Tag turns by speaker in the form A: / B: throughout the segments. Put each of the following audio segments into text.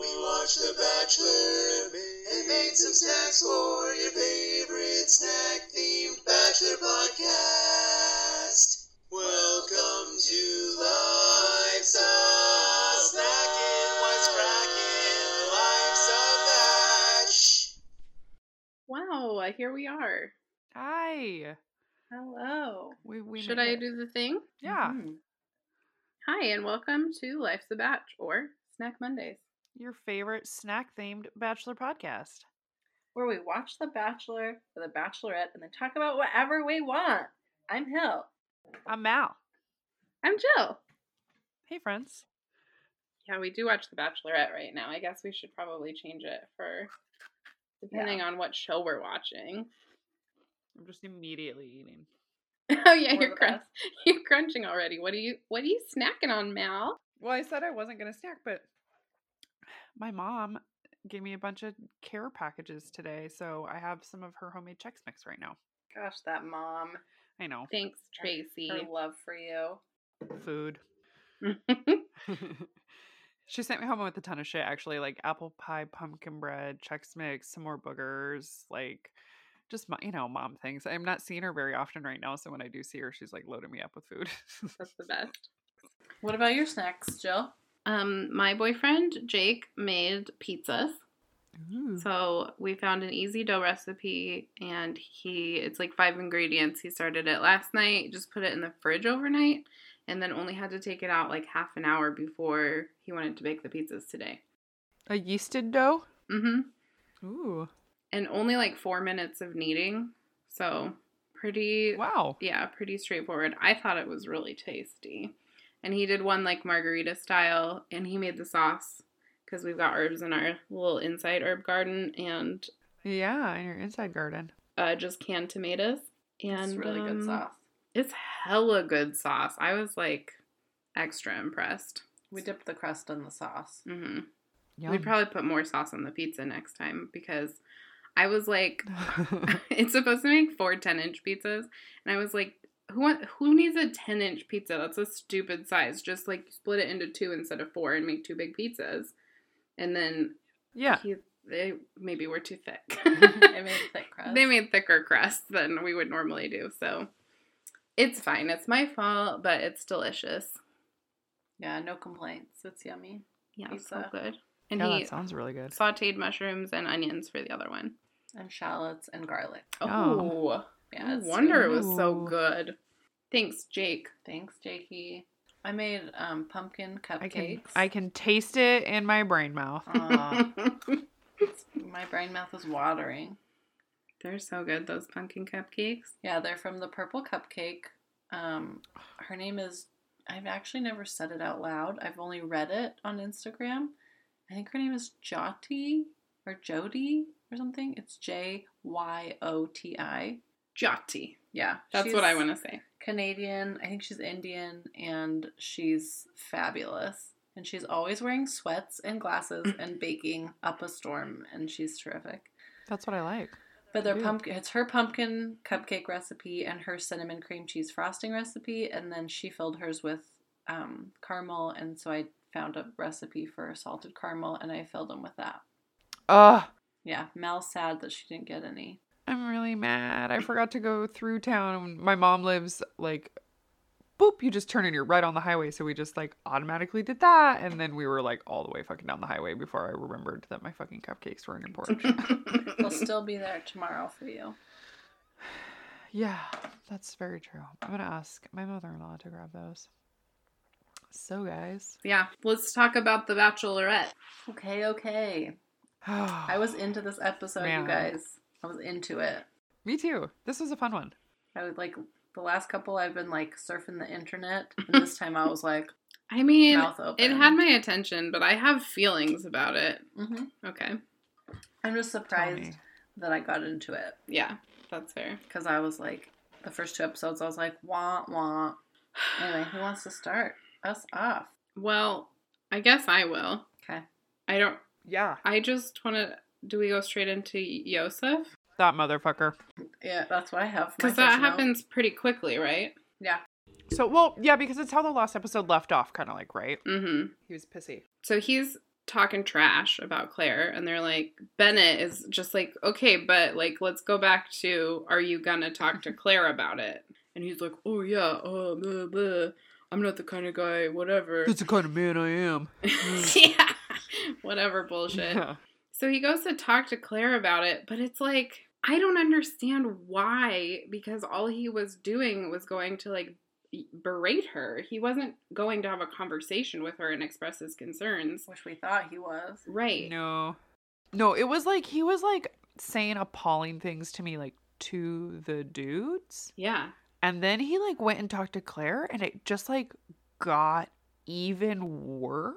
A: Bachelor, Bachelor, and made some snacks for your favorite snack themed Bachelor podcast. Welcome to Life's a Snackin', what's crackin', Life's a Batch.
B: Wow, uh, here we are.
C: Hi.
B: Hello.
C: We, we
B: Should
C: made
B: I
C: it.
B: do the thing?
C: Yeah,
B: Mhm. Hi, and welcome to Life's a Batch or Snack Mondays,
C: your favorite snack themed bachelor podcast.
B: where we watch The Bachelor or The Bachelorette and then talk about whatever we want. I'm Hill.
C: I'm Mal.
B: I'm Jill.
C: Hey, friends.
B: Yeah, we do watch The Bachelorette right now. I guess we should probably change it for depending on what show we're watching.
C: I'm just immediately eating.
B: oh yeah,
C: We're
B: you're
C: the
B: crunch-
C: best.
B: you're crunching already. What are you what are you snacking on, Mal?
C: Well, I said I wasn't going to snack, but my mom gave me a bunch of care packages today, so I have some of her homemade Chex Mix right now.
D: Gosh, that mom.
C: I know.
B: Thanks, Tracy.
D: Her love for you.
C: Food. she sent me home with a ton of shit, actually, like apple pie, pumpkin bread, Chex Mix, some more boogers, like just my, you know, mom things. I'm not seeing her very often right now, so when I do see her, she's like loading me up with food.
B: That's the best.
D: What about your snacks, Jill?
B: Um, my boyfriend Jake made pizzas.
D: Mm.
B: So we found an easy dough recipe and he it's like five ingredients. He started it last night, just put it in the fridge overnight, and then only had to take it out like half an hour before he wanted to bake the pizzas today.
C: A yeasted dough?
B: Mm-hmm.
C: Ooh.
B: And only like four minutes of kneading. So pretty
C: Wow.
B: yeah, pretty straightforward. I thought it was really tasty. And he did one like margarita style and he made the sauce because we've got herbs in our little inside herb garden and
C: Yeah, in your inside garden.
B: uh, just canned tomatoes. And
D: it's really
B: um,
D: good sauce.
B: It's hella good sauce. I was like extra impressed.
D: We dipped the crust in the sauce.
B: hmm
C: Yeah.
B: We'd probably put more sauce on the pizza next time because I was like, it's supposed to make four 10 inch pizzas and i was like who want, who needs a 10 inch pizza that's a stupid size just like split it into two instead of four and make two big pizzas and then
C: yeah.
B: he, they maybe were too thick
D: I made thick crust.
B: they made thicker crust than we would normally do so it's fine it's my fault but it's delicious
D: yeah, no complaints. It's yummy.
B: yeah it's so
D: Pizza.
B: good and
C: yeah,
B: he
C: that sounds really good.
B: sauteed mushrooms and onions for the other one.
D: And shallots and garlic.
B: Oh,
D: Yeah,
B: no
D: it's
B: wonder it
D: good.
B: was so
C: Ooh.
B: good. Thanks, Jake.
D: Thanks, Jakey. I made um, pumpkin cupcakes.
C: I can I can taste it in my brain mouth.
D: Aw, it's- my brain mouth is watering.
B: They're so good, those pumpkin cupcakes.
D: Yeah, they're from the Purple Cupcake. Um, her name is. I've actually never said it out loud. I've only read it on Instagram. I think her name is Jyoti or Jody or something. It's J Y O T I.
B: Jati.
D: Yeah,
B: That's what I
D: she's
B: want to say.
D: Canadian. I think she's Indian, and she's fabulous. And she's always wearing sweats and glasses and baking up a storm, and she's terrific.
C: That's what I like.
D: But their
C: Yeah.
D: pumpkin it's her pumpkin cupcake recipe and her cinnamon cream cheese frosting recipe and then she filled hers with um, caramel and so I found a recipe for salted caramel and I filled them with that.
C: Ugh.
D: Yeah, Mel's sad that she didn't get any.
C: I'm really mad. I forgot to go through town. My mom lives like boop, you just turn and you're right on the highway. So we just like automatically did that. And then we were like all the way fucking down the highway before I remembered that my fucking cupcakes were in your porch.
D: They'll still be there tomorrow for you.
C: yeah, that's very true. I'm gonna ask my mother in law to grab those. So guys.
B: yeah, let's talk about The Bachelorette.
D: Okay, okay. I
C: I
D: was into this episode,
C: Man.
D: you guys. I was into it.
C: Me too. This was a fun one.
D: I was like the last couple I've been like surfing the internet and this time I was like
B: I mean,
D: mouth open.
B: it had my attention, but I have feelings about it.
D: hmm
B: Okay.
D: I'm just
C: Tell
D: surprised
C: me.
D: that I got into it.
B: Yeah, that's fair.
D: because I was like, the first two episodes, I was like, wah wah. Anyway, who wants to start us off?
B: Well, I guess I will.
D: Okay.
B: I don't,
C: Yeah.
B: I just want to, do we go straight into Yosef?
C: That motherfucker.
D: Yeah, that's what I have. for my
B: Because that
D: first note.
B: happens pretty quickly, right?
D: Yeah,
C: So well, yeah, because it's how the last episode left off, kinda like, right?
B: Mm hmm.
C: He was pissy.
B: So he's talking trash about Claire and they're like Bennett is just like okay but like let's go back to are you gonna talk to Claire about it and he's like oh yeah uh, blah, blah. I'm not the kind of guy whatever
C: That's the kind of man I am.
B: yeah whatever bullshit
C: Mm. Yeah.
B: so he goes to talk to Claire about it but it's like I don't understand why because all he was doing was going to like berate her he wasn't going to have a conversation with her and express his concerns
D: which we thought he was.
B: right
C: No. No, it was like he was like saying appalling things to me like to the dudes.
B: yeah
C: And then he like went and talked to Claire and it just like got even worse.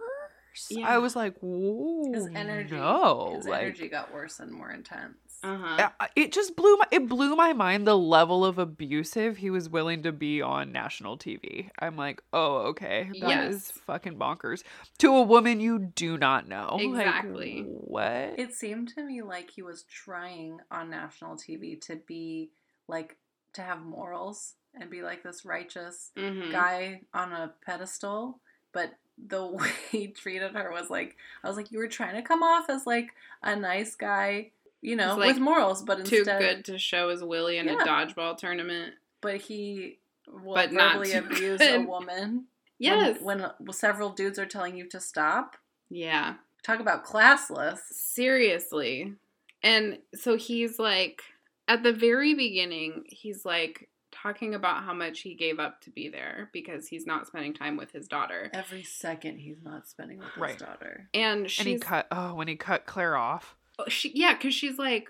B: Yeah.
C: I was like, whoa.
D: His energy,
C: No.
D: his
C: like,
D: energy got worse and more intense.
B: uh-huh
C: I- I- it just blew my it blew my mind the level of abusive he was willing to be on national TV. I'm like, oh okay, that is
B: Yes.
C: fucking bonkers to a woman you do not know. Like,
B: Exactly.
C: what?
D: It seemed to me like he was trying on national TV to be like to have morals and be like this righteous
B: Mhm.
D: guy on a pedestal, but the way he treated her was like I was like you were trying to come off as like a nice guy, you know,
B: He's, like,
D: with morals, but
B: too
D: instead
B: good to show as Willie in
D: Yeah.
B: a dodgeball tournament.
D: but he will
B: But not
D: verbally
B: too
D: abuse a
B: good.
D: woman.
B: Yes.
D: When, when several dudes are telling you to stop.
B: yeah.
D: Talk about classless.
B: Seriously. And so he's like, at the very beginning, he's like talking about how much he gave up to be there because he's not spending time with his daughter.
D: Every second he's not spending with his
C: Right.
D: daughter.
B: And
C: and he
B: she's,
C: cut oh when he cut Claire off.
B: Oh, she, yeah, because she's like,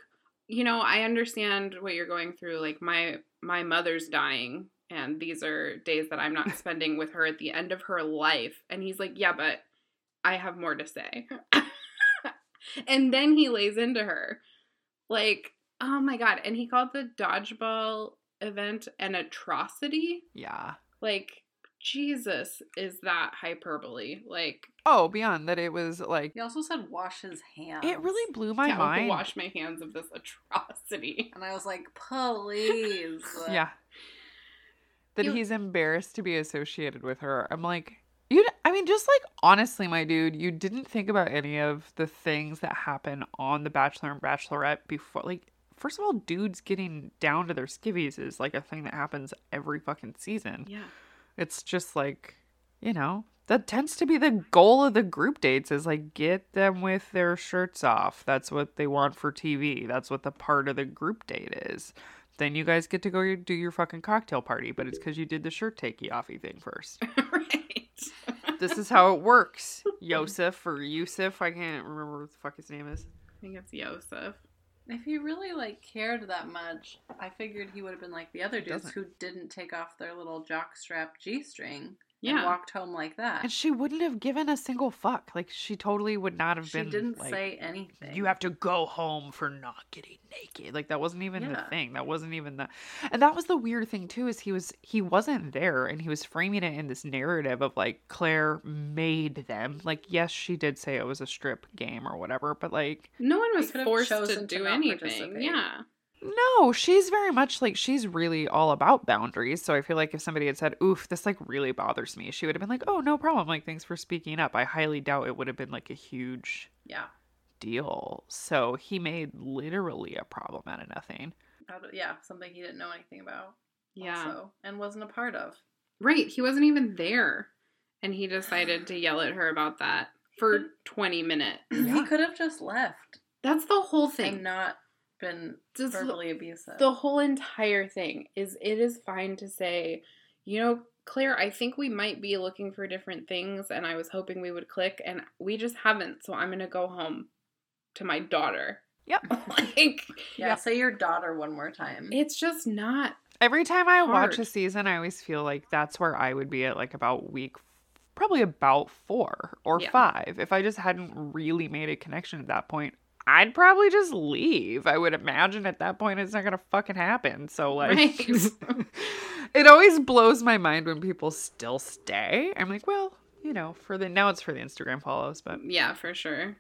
B: you know, I understand what you're going through. Like my my mother's dying, and these are days that I'm not spending with her at the end of her life. And he's like, yeah, but I have more to say. and then he lays into her, like, oh my god. And he called the dodgeball event an atrocity.
C: Yeah.
B: Like Jesus, is that hyperbole? Like
C: Oh, beyond that it was like
D: He also said wash his hands.
C: it really blew my
B: yeah, I'll
C: mind.
B: wash my hands of this atrocity.
D: And I was like, please.
C: Yeah. That
B: You-
C: he's embarrassed to be associated with her. I'm like, you. d- I mean, just like honestly, my dude, you didn't think about any of the things that happen on The Bachelor and Bachelorette before. Like, first of all, dudes getting down to their skivvies is like a thing that happens every fucking season.
B: Yeah.
C: It's just like, you know, that tends to be the goal of the group dates is like get them with their shirts off. That's what they want for TV. That's what the part of the group date is. Then you guys get to go do your fucking cocktail party, but it's because you did the shirt takey offy thing first.
B: right.
C: this is how it works. Yosef or Yusuf, I can't remember what the fuck his name is.
B: I think it's Yosef.
D: If he really like cared that much, I figured he would have been like the other dudes
C: doesn't.
D: who didn't take off their little jockstrap G string and
B: Yeah.
D: walked home like that.
C: And she wouldn't have given a single fuck. Like she totally would not have
D: She
C: been.
D: didn't
C: like,
D: say anything.
C: You have to go home for not getting naked. Like that wasn't even the
D: Yeah.
C: thing. That wasn't even the And that was the weird thing too is he was he wasn't there and he was framing it in this narrative of like Claire made them. Like yes, she did say it was a strip game or whatever, but like
B: No one
D: They
B: was
D: could have
B: forced to
D: chosen to
B: do
D: not
B: anything.
D: participate.
B: Yeah.
C: no, she's very much like she's really all about boundaries. So I feel like if somebody had said, "Oof, this like really bothers me," she would have been like, "Oh, no problem. Like thanks for speaking up." I highly doubt it would have been like a huge
D: Yeah.
C: deal. So he made literally a problem out of nothing.
D: Out of- yeah, something he didn't know anything about.
B: Yeah.
D: also, and wasn't a part of.
B: Right. He wasn't even there. And he decided to yell at her about that for
D: Mm-hmm.
B: 20 minutes.
D: He could have just left
B: That's the whole
D: and
B: thing.
D: not been
B: Just
D: verbally abusive.
B: the whole entire thing is it is fine to say, you know, Claire, I think we might be looking for different things and I was hoping we would click and we just haven't. So I'm going to go home to my daughter.
C: Yep.
B: like
D: yeah,
C: yeah.
D: say your daughter one more time.
B: it's just not
C: Every time I watch a
B: Hard.
C: season, I always feel like that's where I would be at like about week probably about 4 or
B: Yeah.
C: 5. If I just hadn't really made a connection at that point, I'd probably just leave. I would imagine at that point it's not going to fucking happen. So like
B: Right.
C: it always blows my mind when people still stay. I'm like, well, you know, for the now it's for the Instagram follows, but
B: yeah, for sure.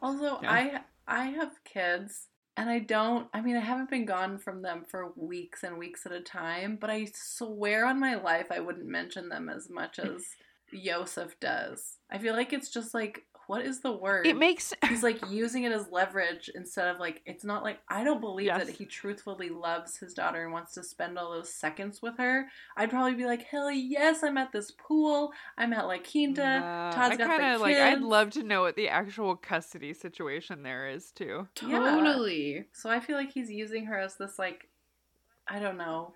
D: Also,
C: Yeah.
D: I I have kids and I don't I mean I haven't been gone from them for weeks and weeks at a time, but I swear on my life I wouldn't mention them as much as Yosef does. I feel like it's just like what is the word?
C: It makes
D: He's like using it as leverage instead of like it's not like I don't believe
C: Yes.
D: that he truthfully loves his daughter and wants to spend all those seconds with her. I'd probably be like, hell yes, I'm at this pool. I'm at La Quinta.
C: Nah,
D: uh, Todd's
C: uh, I
D: got the
C: kinda, like I'd
D: kids.
C: love to know what the actual custody situation there is too.
D: Yeah.
B: Totally.
D: So I feel like he's using her as this like, I don't know,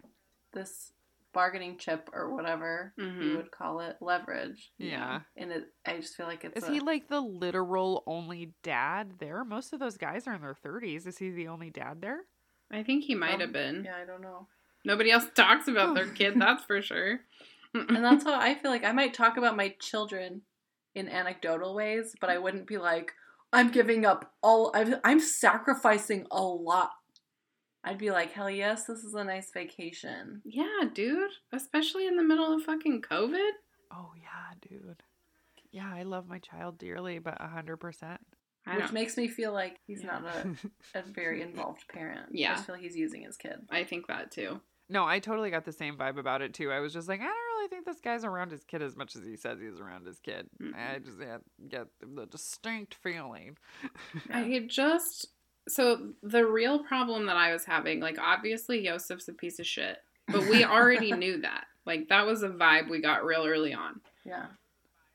D: this bargaining chip or whatever
B: Mhm.
D: you would call it leverage.
C: Yeah.
D: And it, I just feel like it's
C: Is
D: a-
C: he like the literal only dad there? Most of those guys are in their 30s. Is he the only dad there?
B: I think he might
D: Um,
B: have been.
D: yeah I don't know.
B: Nobody else talks about their kid, that's for sure.
D: and that's how I feel like I might talk about my children in anecdotal ways, but I wouldn't be like, I'm giving up all, I've, I'm sacrificing a lot. I'd be like, hell yes, this is a nice vacation.
B: Yeah, dude. Especially in the middle of fucking COVID.
C: Oh yeah, dude. Yeah, I love my child dearly, but 100%.
B: I
D: which
B: don't.
D: makes me feel like he's
B: Yeah.
D: not a, a very involved parent. I
B: Yeah.
D: just feel he's using his kid.
B: I think that too.
C: No, I totally got the same vibe about it too. I was just like, I don't really think this guy's around his kid as much as he says he's around his kid.
B: Mm-mm.
C: I just had, get the distinct feeling.
B: I just so the real problem that I was having, like obviously Yosef's a piece of shit, but we already knew that. Like that was a vibe we got real early on.
D: Yeah.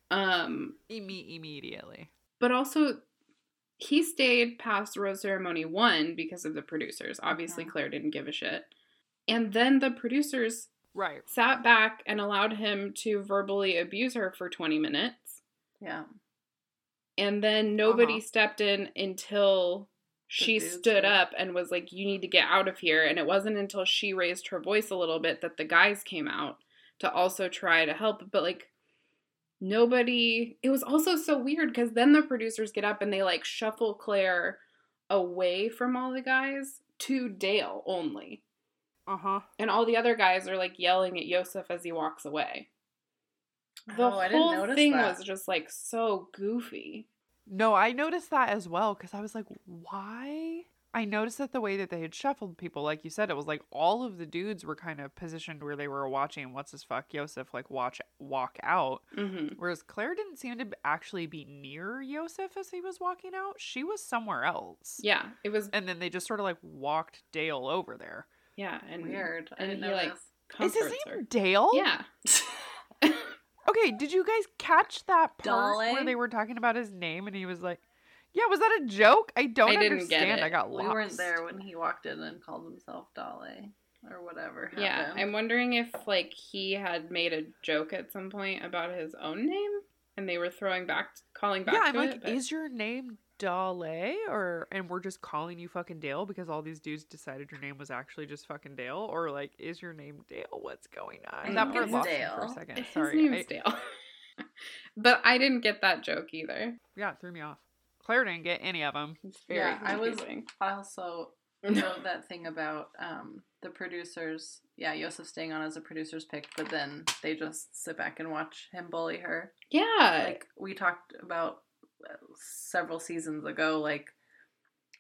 B: Um,
C: Imme- immediately.
B: but also he stayed past rose ceremony one because of the producers obviously
D: Mhm.
B: claire didn't give a shit and then the producers
C: Right.
B: sat back and allowed him to verbally abuse her for 20 minutes
D: Yeah.
B: and then nobody
C: Uh-huh.
B: stepped in until she
D: dudes
B: stood
D: did.
B: up and was like you need to get out of here and it wasn't until she raised her voice a little bit that the guys came out to also try to help but like nobody it was also so weird because then the producers get up and they like shuffle claire away from all the guys to dale only
C: Uh huh.
B: and all the other guys are like yelling at Yosef as he walks away. The
D: Oh, I didn't
B: whole
D: notice
B: thing
D: that.
B: was just like so goofy.
C: No, I noticed that as well because I was like, why? I noticed that the way that they had shuffled people, like you said, it was like all of the dudes were kind of positioned where they were watching what's his fuck Yosef like watch walk out,
B: hmm
C: whereas Claire didn't seem to actually be near Yosef as he was walking out. She was somewhere else.
B: Yeah, it was.
C: And then they just sort of like walked Dale over there.
B: Yeah, and
D: Weird. I
B: and
D: didn't
B: he, like,
D: notice.
B: comforts
C: Is his name
B: her.
C: Dale?
B: Yeah,
C: Okay, did you guys catch that part where
D: Dale?
C: they were talking about his name and he was like, yeah, was that a joke? I don't
B: I didn't get
C: understand.
B: it.
C: I got lost.
D: we weren't there when he walked in and called himself Dolly or whatever.
B: yeah.
D: happened.
B: I'm wondering if like he had made a joke at some point about his own name, and they were throwing back, calling back.
C: yeah, I'm
B: to
C: like,
B: it, but-
C: is your name Dale or and we're just calling you fucking Dale because all these dudes decided your name was actually just fucking Dale or like is your name Dale? What's going on?
D: I
C: that
D: think
C: part
D: it's
C: lost me for a
D: Dale.
C: second.
B: Mm, his
C: Sorry.
B: name's
C: I-
B: Dale. but I didn't get that joke either.
C: yeah, it threw me off. Claire didn't get any of them.
B: It's very
D: Yeah, I was-
B: confusing.
D: I also wrote that thing about um, the producers. Yeah, Yosef staying on as a producer's pick, but then they just sit back and watch him bully her.
B: yeah,
D: like we talked about uh, several seasons ago like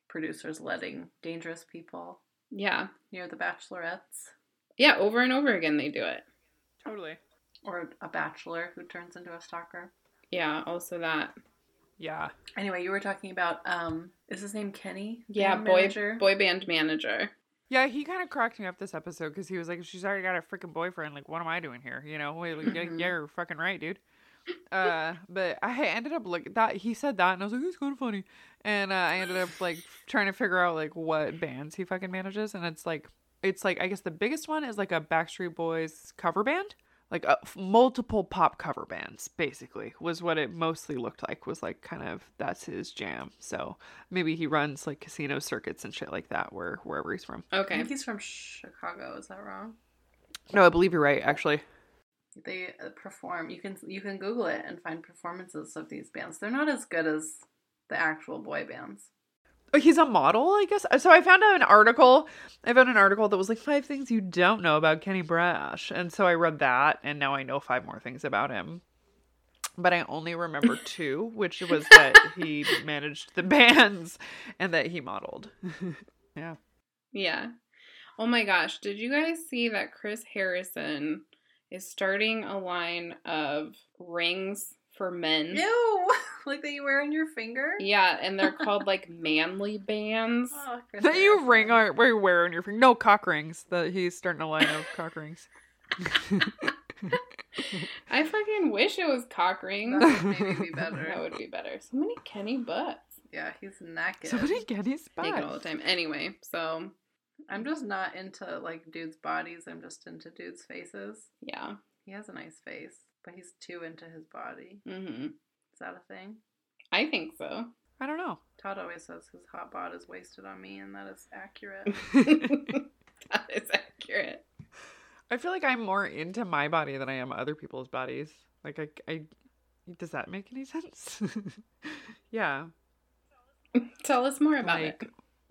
D: producers letting dangerous people
B: yeah,
D: near the bachelorettes
B: yeah. Over and over again, they do it.
C: Totally.
D: or a bachelor who turns into a stalker
B: Yeah, also that.
C: Yeah.
D: anyway you were talking about um is his name kenny The
B: Yeah,
D: band
B: boy
D: manager?
B: boy band manager.
C: Yeah, he kind of cracked me up this episode because he was like, "She's already got a freaking boyfriend. Like, what am I doing here? You know, Wait, like, yeah,
D: Mhm.
C: you're fucking right, dude." Uh, but I ended up like that. He said that, and I was like, "It's kind of funny." And uh, I ended up like trying to figure out like what bands he fucking manages, and it's like, it's like I guess the biggest one is like a Backstreet Boys cover band, like uh, f- multiple pop cover bands. Basically, was what it mostly looked like. Was like kind of that's his jam. So maybe he runs like casino circuits and shit like that, where wherever he's from.
D: i
B: Okay.
D: think he's from chicago is that wrong
C: No, I believe you're right, actually.
D: they uh, perform you can you can google it and find performances of these bands they're not as good as the actual boy bands
C: Oh, he's a model, I guess. So I found an article. I found an article that was like five things you don't know about Kenny Brash. And so I read that, and now I know five more things about him. But I only remember two, which was that he managed the bands and that he modeled. yeah.
B: Yeah. Oh my gosh, did you guys see that Chris Harrison is starting a line of rings for men?
D: Ew! like that you wear on your finger.
B: Yeah, and they're called like manly bands.
D: Oh,
C: That you
D: Christopher.
C: ring on where you wear on your finger. No cock rings. That he's starting a line of cock rings.
B: I fucking wish it was cock rings.
D: That would maybe be better.
B: that would be better. So many Kenny butts.
D: Yeah, he's naked.
C: Somebody get his
B: Naked all the
C: butt.
B: time. Anyway, so
D: I'm just not into like dudes' bodies. I'm just into dudes' faces.
B: yeah.
D: He has a nice face, but he's too into his body.
B: hmm
D: Is that a thing?
B: I think so.
C: I don't know.
D: Todd always says his hot bod is wasted on me, and that is accurate.
B: that is accurate.
C: I feel like I'm more into my body than I am other people's bodies. Like I, I does that make any sense? yeah,
B: Tell us more about
C: like
B: it.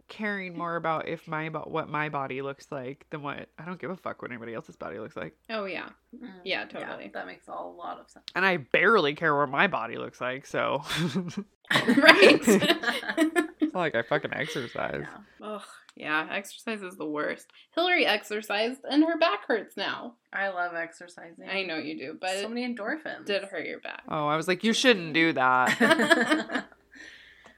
C: caring more about if my about what my body looks like than what I don't give a fuck what anybody else's body looks like,
B: Oh yeah.
D: Mm,
B: Yeah, totally.
D: that makes a lot of sense.
C: and I barely care what my body looks like. So,
B: right.
C: it's not like I fucking exercise.
D: Yeah.
B: Ugh, yeah, exercise is the worst. Hillary exercised and her back hurts now.
D: I love exercising.
B: I know you do, but
D: so
B: it
D: many endorphins.
B: did hurt your back.
C: Oh, I was like, you shouldn't do that.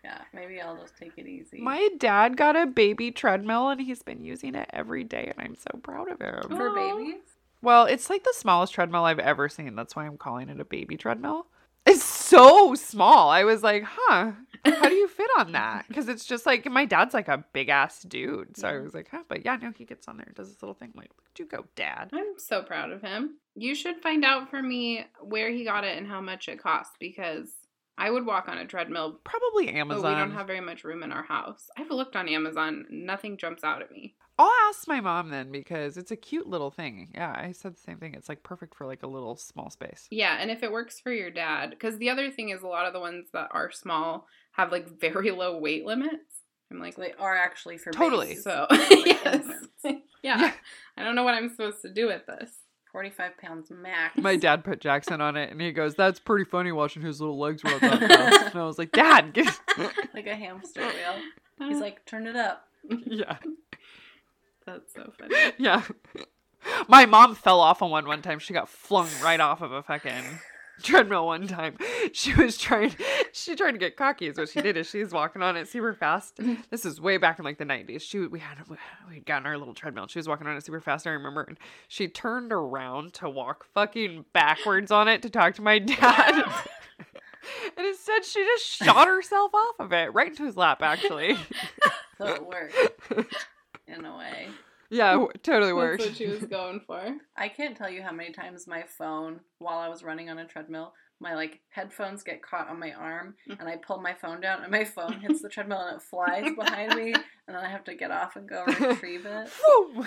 D: yeah, maybe I'll just take it easy.
C: My dad got a baby treadmill and he's been using it every day, and I'm so proud of him.
D: for
B: Aw.
D: babies.
C: Well, it's like the smallest treadmill I've ever seen. That's why I'm calling it a baby treadmill. It's so small. I was like, huh, how do you fit on that? Because it's just like my dad's like a big ass dude. So I was like, huh, but yeah, no, he gets on there and does this little thing. like, look, you go, dad.
B: I'm so proud of him. You should find out for me where he got it and how much it cost because I would walk on a treadmill,
C: Probably
B: but
C: Amazon.
B: we don't have very much room in our house. I've looked on Amazon, nothing jumps out at me.
C: I'll ask my mom then because it's a cute little thing. Yeah, I said the same thing. It's like perfect for like a little small space.
B: Yeah, and if it works for your dad, because the other thing is a lot of the ones that are small have like very low weight limits. I'm like,
D: So they are actually for
C: Totally.
D: babies.
B: So
D: Like
B: yes.
D: infants.
B: yeah.
C: Yeah.
B: I don't know what I'm supposed to do with this.
D: Forty-five pounds max.
C: My dad put Jackson on it and he goes, That's pretty funny watching his little legs rub up. and I was like, Dad, get...
D: like a hamster wheel.
B: Uh,
D: He's like, turn it up.
C: yeah.
B: that's so funny.
C: Yeah. My mom fell off on one one time. She got flung right off of a fucking treadmill one time. She was trying she tried to get cocky is what she did is she's walking on it super fast. This is way back in like the 90s. She we had we had gotten our little treadmill. She was walking on it super fast. I remember and she turned around to walk fucking backwards on it to talk to my dad. And instead, she just shot herself off of it, right into his lap, actually.
D: So it worked in a way.
C: Yeah, w- totally
B: That's
C: worked.
B: what she was going for.
D: I can't tell you how many times my phone, while I was running on a treadmill, my like headphones get caught on my arm,
C: Mm.
D: and I pull my phone down, and my phone hits the treadmill, and it flies behind me, and then I have to get off and go retrieve it.
C: Woo!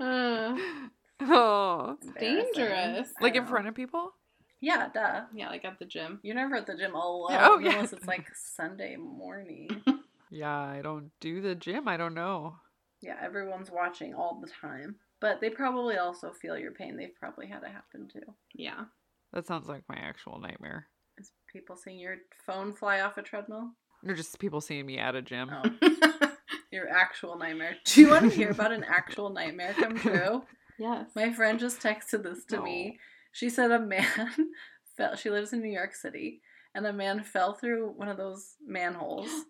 B: Uh,
C: oh.
D: Embarrassing.
B: dangerous.
D: I
C: Like in
D: know.
C: front of people?
D: Yeah, duh.
B: yeah, like at the gym.
D: You're never at the gym alone
C: Yeah, oh, yeah.
D: unless it's like Sunday morning.
C: Yeah, I don't do the gym. I don't know.
D: yeah, everyone's watching all the time. But they probably also feel your pain. They've probably had it happen too.
B: Yeah.
C: That sounds like my actual nightmare.
D: Is people seeing your phone fly off a treadmill?
C: Or just people seeing me at a gym.
D: Oh. your actual nightmare. Do you want to hear about an actual nightmare come true?
B: Yes.
D: My friend just texted this to me. She said a man fell. She lives in New York City, and a man fell through one of those manholes.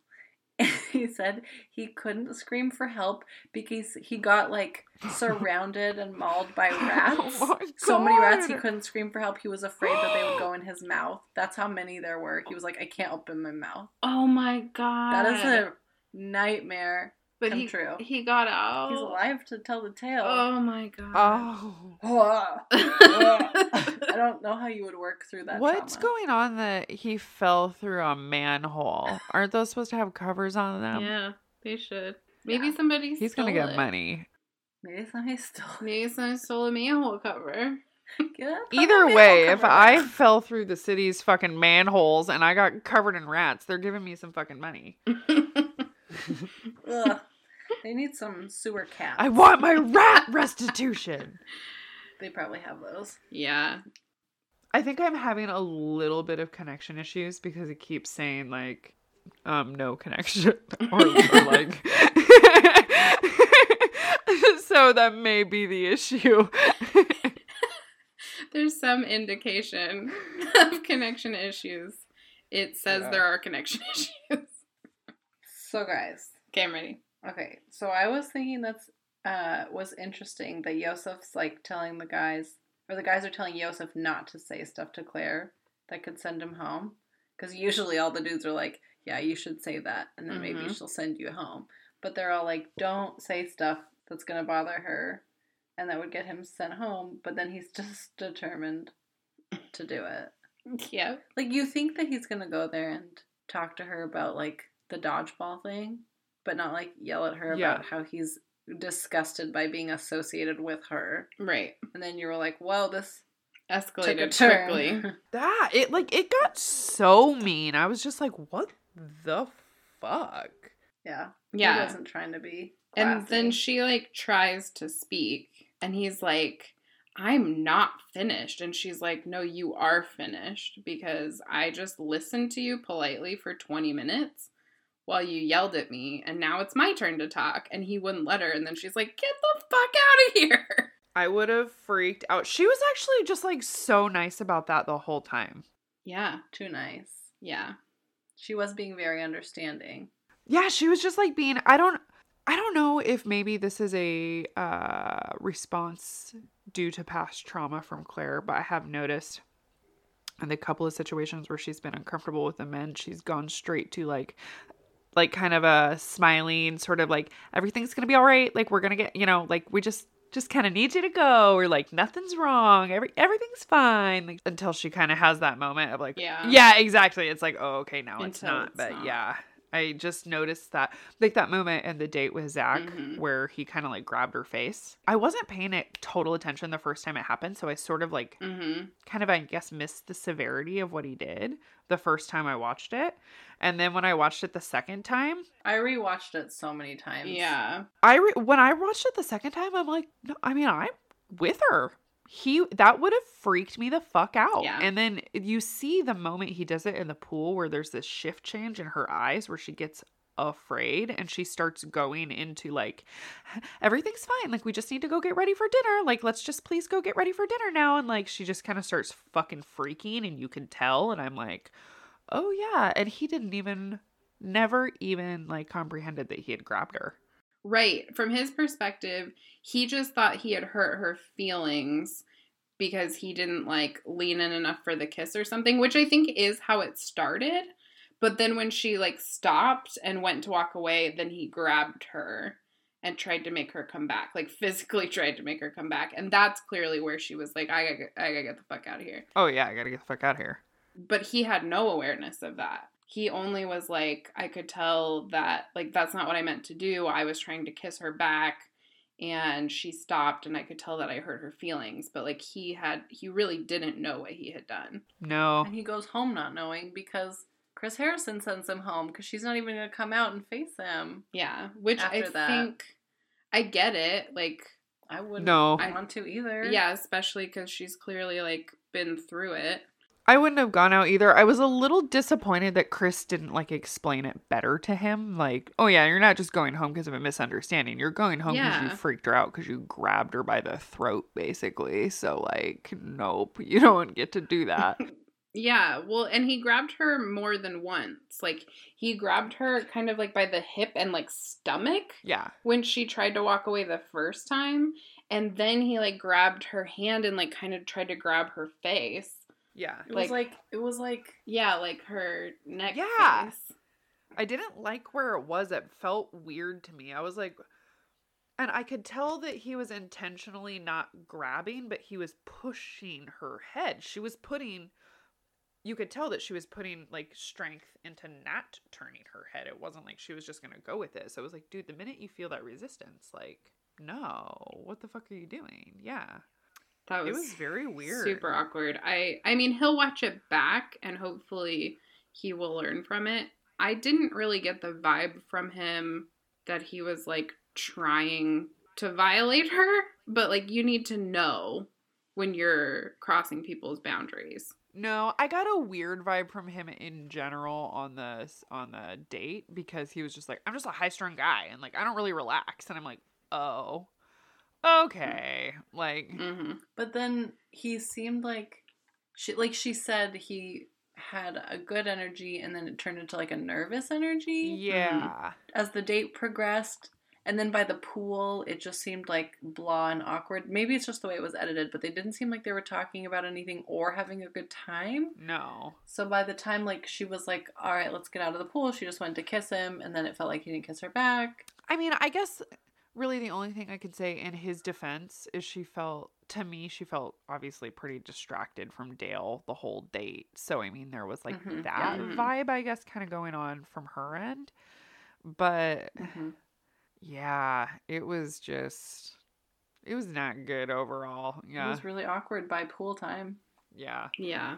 D: And he said he couldn't scream for help because he got like surrounded and mauled by rats.
C: Oh my
D: so many rats he
C: God.
D: couldn't scream for help. He was afraid that they would go in his mouth. That's how many there were. He was like, I can't open my mouth.
B: oh my god.
D: That is a nightmare.
B: but
D: come
B: he,
D: true.
B: He got out.
D: He's alive to tell the tale.
B: Oh my god.
C: Oh.
D: I don't know how you would work through that.
C: What's
D: trauma.
C: going on that he fell through a manhole? Aren't those supposed to have covers on them?
B: yeah, they should. Maybe
D: Yeah.
B: somebody
C: He's going to
B: stole
C: get
B: it.
C: money.
D: Maybe somebody stole
B: Maybe someone stole a manhole cover.
D: Good.
C: Either way, if I
D: I
C: fell through the city's fucking manholes and I got covered in rats, they're giving me some fucking money.
D: Ugh. they need some sewer cats.
C: I want my rat restitution.
D: They probably have those.
B: yeah.
C: I think I'm having a little bit of connection issues because it keeps saying like um no connection or, or, like so that may be the issue.
B: There's some indication of connection issues It says
D: Yeah.
B: there are connection issues.
D: So, guys,
B: Okay, I'm ready.
D: okay. So I was thinking that's uh was interesting that Yosef's like telling the guys, or the guys are telling Yosef not to say stuff to Claire that could send him home, because usually all the dudes are like, "Yeah, you should say that," and then maybe
B: Mhm.
D: she'll send you home. But they're all like, "Don't say stuff that's gonna bother her," and that would get him sent home. But then he's just determined to do it.
B: Yeah.
D: Like you think that he's gonna go there and talk to her about like the dodgeball thing, but not like yell at her
C: Yeah.
D: about how he's disgusted by being associated with her.
B: Right.
D: And then you were like, "Well, this took a
B: Escalated
D: turn."
B: quickly.
C: That it like it got so mean. I was just like, what the fuck?
D: yeah, he
B: Yeah.
D: wasn't trying to be."
B: And then
D: classy.
B: she like tries to speak and he's like, I'm not finished. And she's like, No, you are finished because I just listened to you politely for 20 minutes while you yelled at me. And now it's my turn to talk. And he wouldn't let her. And then she's like, Get the fuck out of here.
C: I would have freaked out. She was actually just like so nice about that the whole time.
B: Yeah.
D: too nice.
B: Yeah.
D: She was being very understanding.
C: Yeah, she was just like being I don't I don't know if maybe this is a uh response due to past trauma from Claire, but I have noticed in the couple of situations where she's been uncomfortable with the men, she's gone straight to like like kind of a smiling sort of like everything's going to be all right, like we're going to get, you know, like we just just kind of need you to go or like nothing's wrong, every everything's fine like, until she kind of has that moment of like
B: Yeah.
C: yeah, exactly. It's like, oh, okay, now it's
B: Until
C: not.
B: it's
C: but
B: not.
C: yeah, I just noticed that, like that moment and the date with Zach
B: Mhm.
C: where he kind of like grabbed her face. I wasn't paying it total attention the first time it happened, so I sort of like
B: Mm-hmm.
C: kind of I guess missed the severity of what he did the first time I watched it, and then when I watched it the second time,
D: I rewatched it so many times.
B: Yeah.
C: I re- when I watched it the second time, I'm like, no, I mean, I'm with her. He that would have freaked me the fuck out.
B: Yeah.
C: And then you see the moment he does it in the pool where there's this shift change in her eyes where she gets afraid and she starts going into like everything's fine like we just need to go get ready for dinner like let's just please go get ready for dinner now and like she just kind of starts fucking freaking and you can tell and I'm like oh yeah and he didn't even never even like comprehended that he had grabbed her
B: Right. From his perspective, he just thought he had hurt her feelings because he didn't like lean in enough for the kiss or something, which I think is how it started. But then when she like stopped and went to walk away, then he grabbed her and tried to make her come back, like physically tried to make her come back. And that's clearly where she was like, I gotta, get- I gotta get the fuck out of here.
C: Oh yeah, I gotta get the fuck out of here.
B: but he had no awareness of that. He only was like, I could tell that, like, that's not what I meant to do. I was trying to kiss her back and she stopped, and I could tell that I hurt her feelings. But, like, he had, he really didn't know what he had done.
C: No.
D: And he goes home not knowing because Chris Harrison sends him home because she's not even going to come out and face him.
B: Yeah. Which I
D: After that.
B: think I get it. Like,
D: I wouldn't
C: No.
D: I want to either.
B: yeah, especially because she's clearly, like, been through it.
C: I wouldn't have gone out either. I was a little disappointed that Chris didn't like explain it better to him. Like, oh yeah, you're not just going home because of a misunderstanding. You're going home because
B: Yeah.
C: you freaked her out because you grabbed her by the throat, basically. So like, nope, you don't get to do that.
B: Yeah, well, and he grabbed her more than once. Like, he grabbed her kind of like by the hip and like stomach.
C: yeah.
B: when she tried to walk away the first time and then he like grabbed her hand and like kind of tried to grab her face
C: Yeah.
D: It was
B: Like-
D: like, it was like,
B: yeah like her neck
C: Yeah.
B: face.
C: I didn't like where it was. It felt weird to me. I was like, and I could tell that he was intentionally not grabbing, but he was pushing her head. She was putting, you could tell that she was putting like strength into not turning her head. It wasn't like she was just going to go with it. So it was like, dude, the minute you feel that resistance, like, no, what the fuck are you doing? Yeah.
B: that
C: It
B: was,
C: was very weird.
B: super awkward i i mean he'll watch it back and hopefully he will learn from it i didn't really get the vibe from him that he was like trying to violate her but like you need to know when you're crossing people's boundaries
C: No, I got a weird vibe from him in general on this on the date because he was just like, I'm just a high strung guy and like I don't really relax. And I'm like, oh, okay. Like
B: hmm
D: but then he seemed like, she, like she said he had a good energy and then it turned into like a nervous energy
C: Yeah.
D: as the date progressed. And then by the pool, it just seemed like blah and awkward. Maybe it's just the way it was edited, but they didn't seem like they were talking about anything or having a good time.
C: No.
D: So by the time like she was like, "All right, let's get out of the pool," she just went to kiss him, and then it felt like he didn't kiss her back.
C: I mean, I guess really the only thing I could say in his defense is she felt to me she felt obviously pretty distracted from Dale the whole date. So I mean, there was like
D: Mhm,
B: yeah.
C: that
B: Mhm.
C: vibe I guess kind of going on from her end. But yeah, it was just it was not good overall.
D: It
C: Yeah.
D: was really awkward by pool time.
C: yeah.
B: Yeah.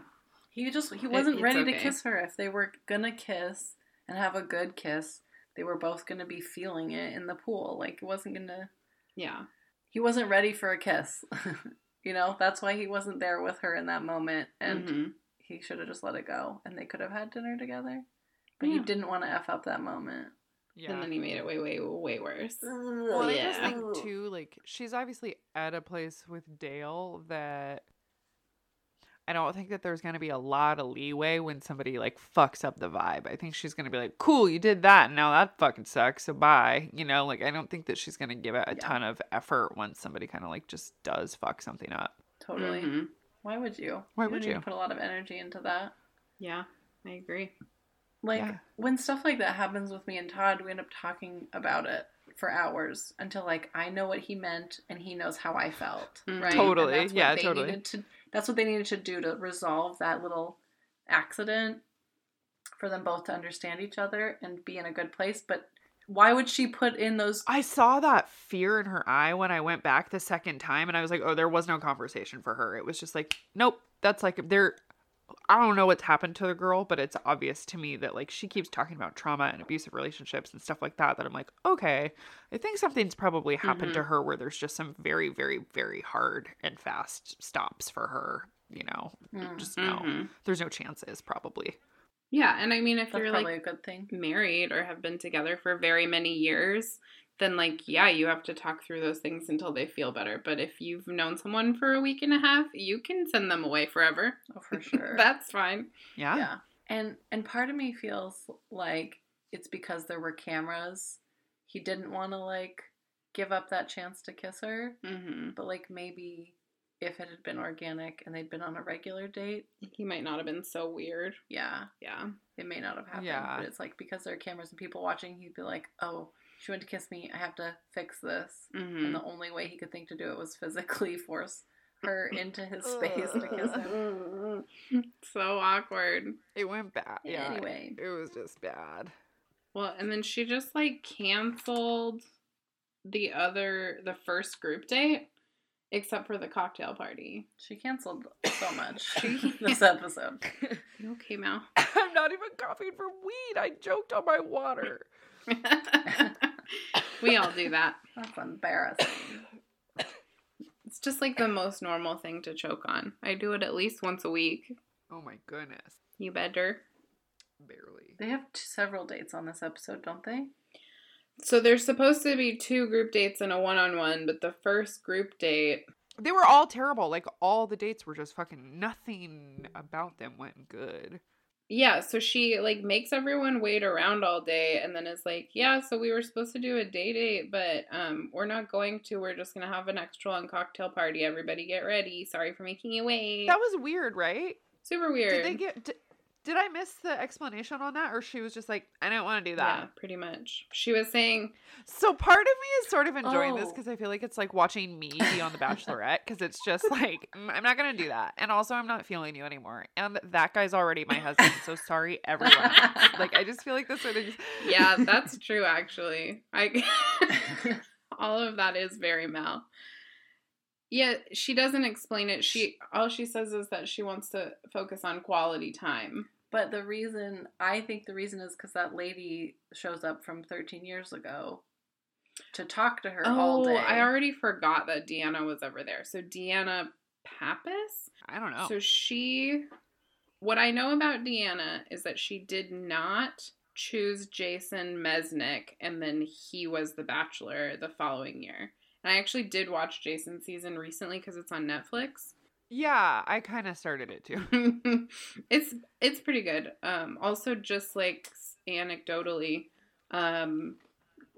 D: He just he wasn't
B: it's
D: ready to
B: okay.
D: kiss her. If they were gonna kiss and have a good kiss, they were both gonna be feeling it in the pool. Like it wasn't gonna.
B: Yeah.
D: He wasn't ready for a kiss. you know that's why he wasn't there with her in that moment, and
B: Mhm.
D: he should have just let it go, and they could have had dinner together. But he
B: Yeah.
D: didn't want to f up that moment.
C: Yeah.
B: And then he made it way, way, way worse.
C: Well,
B: Well,
C: I just
B: yeah.
C: think too, like she's obviously at a place with Dale that I don't think that there's gonna be a lot of leeway when somebody like fucks up the vibe. I think she's gonna be like, "Cool, you did that, and now that fucking sucks. So bye." You know, like I don't think that she's gonna give it a
D: Yeah.
C: ton of effort once somebody kind of like just does fuck something up.
D: Totally.
B: Mhm.
D: Why would you?
C: Why
D: don't
C: would
D: need to
C: you?
D: put a lot of energy into that?
B: Yeah. I agree.
D: Like
C: Yeah.
D: when stuff like that happens with me and Todd, we end up talking about it for hours until like I know what he meant and he knows how I felt.
B: Mhm.
D: Right.
C: Mm, Totally.
D: And that's what
C: Yeah,
D: they
C: totally.
D: needed to- that's what they needed to do to resolve that little accident for them both to understand each other and be in a good place. But why would she put in those?
C: I saw that fear in her eye when I went back the second time, and I was like, oh, there was no conversation for her. It was just like, nope, that's like, there. I don't know what's happened to the girl, but it's obvious to me that like she keeps talking about trauma and abusive relationships and stuff like that. That I'm like, okay, I think something's probably happened to her where there's just some very, very, very hard and fast stops for her. You know,
D: Mm,
C: just no,
B: Mhm.
C: there's no chances probably.
B: Yeah. And I mean, if
D: that's
B: you're
D: probably
B: like
D: a good thing.
B: married or have been together for very many years, then like yeah, you have to talk through those things until they feel better. But if you've known someone for a week and a half, you can send them away forever.
D: Oh, for sure.
B: That's fine.
C: Yeah.
D: yeah and and part of me feels like it's because there were cameras he didn't want to like give up that chance to kiss her
B: hmm
D: but like maybe if it had been organic and they'd been on a regular date
B: He might not have been so weird.
D: yeah
B: Yeah.
D: it may not have happened
C: Yeah.
D: but it's like because there are cameras and people watching he'd be like oh she went to kiss me i have to fix this
B: hmm
C: Mm-hmm.
D: and the only way he could think to do it was physically force her into his space to kiss him
B: so awkward.
C: It went bad. Yeah.
D: anyway
C: It was just bad.
B: Well, and then she just like canceled the other the first group date except for the cocktail party.
D: she canceled so much
B: She-
D: this episode
B: You okay, Mal?
C: I'm not even coughing for weed. I joked on my water.
B: we all do that.
D: That's embarrassing.
B: It's just like the most normal thing to choke on. I do it at least once a week.
C: Oh my goodness.
B: You better.
C: Barely.
D: They have t- several dates on this episode, don't they?
B: So there's supposed to be two group dates and a one on one, but the first group date,
C: They were all terrible. Like all the dates were just fucking nothing about them went good.
B: yeah, so she like makes everyone wait around all day and then is like, yeah, so we were supposed to do a day date, but um we're not going to. We're just going to have an extra long cocktail party. Everybody get ready. Sorry for making you wait.
C: That was weird, right?
B: super weird.
C: Did they get did, did I miss the explanation on that or she was just like I don't want to do that.
B: yeah, pretty much. She was saying
C: So part of me is sort of enjoying this
D: Oh.
C: cuz I feel like it's like watching me be on the bachelorette cuz it's just like mm, I'm not going to do that. And also I'm not feeling you anymore. And that guy's already my husband. So sorry everyone. else. Like I just feel like this sort of
B: yeah, that's true. Actually, I all of that is very Mel. Yeah, she doesn't explain it. She all she says is that she wants to focus on quality time.
D: but the reason I think the reason is because that lady shows up from 13 years ago to talk to her all day.
B: Oh, I already forgot that Deanna was ever there. So Deanna Pappas.
C: I don't
D: Oh.
C: know.
B: So she, what I know about Deanna is that she did not choose Jason Mesnick, and then he was the Bachelor the following year. And I actually did watch Jason's season recently because it's on Netflix.
C: Yeah, I kind of started it too.
B: it's it's pretty good. Um, also, just like s- anecdotally, um,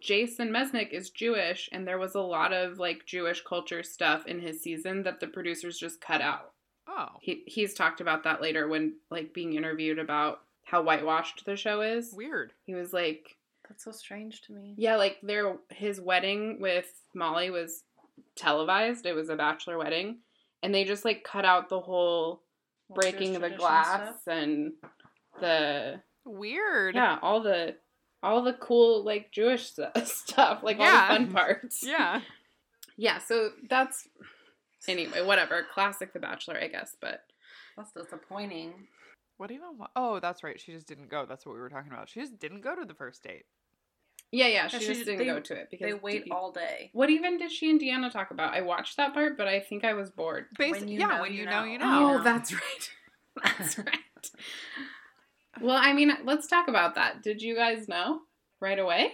B: Jason Mesnick is Jewish, and there was a lot of like Jewish culture stuff in his season that the producers just cut out.
C: Oh,
B: He he's talked about that later when like being interviewed about how whitewashed the show is.
C: weird.
B: He was like,
D: That's so strange to me.
B: yeah, like their his wedding with Molly was televised. It was a bachelor wedding, and they just like cut out the whole
D: Well, Jewish
B: breaking the
D: tradition
B: glass
D: stuff.
B: and the
C: Weird.
B: yeah all the all the cool like jewish s- stuff like
C: Yeah.
B: all the fun parts
C: Yeah.
B: yeah so that's anyway whatever classic the bachelor i guess but
D: That's disappointing.
C: What even? wa- Oh, that's right. She just didn't go. That's what we were talking about. She just didn't go to the first date.
B: yeah yeah she
D: she
B: just
D: just-
B: didn't
D: they-
B: go to it because
D: they wait
B: DP
D: all day.
B: what even did she and deanna talk about i watched that part but i think i was bored
C: Basically,
D: When you
C: yeah.
D: know,
C: when
D: you
C: you know,
D: know.
C: you know.
B: oh
D: Yeah.
B: that's right that's right well i mean let's talk about that did you guys know right away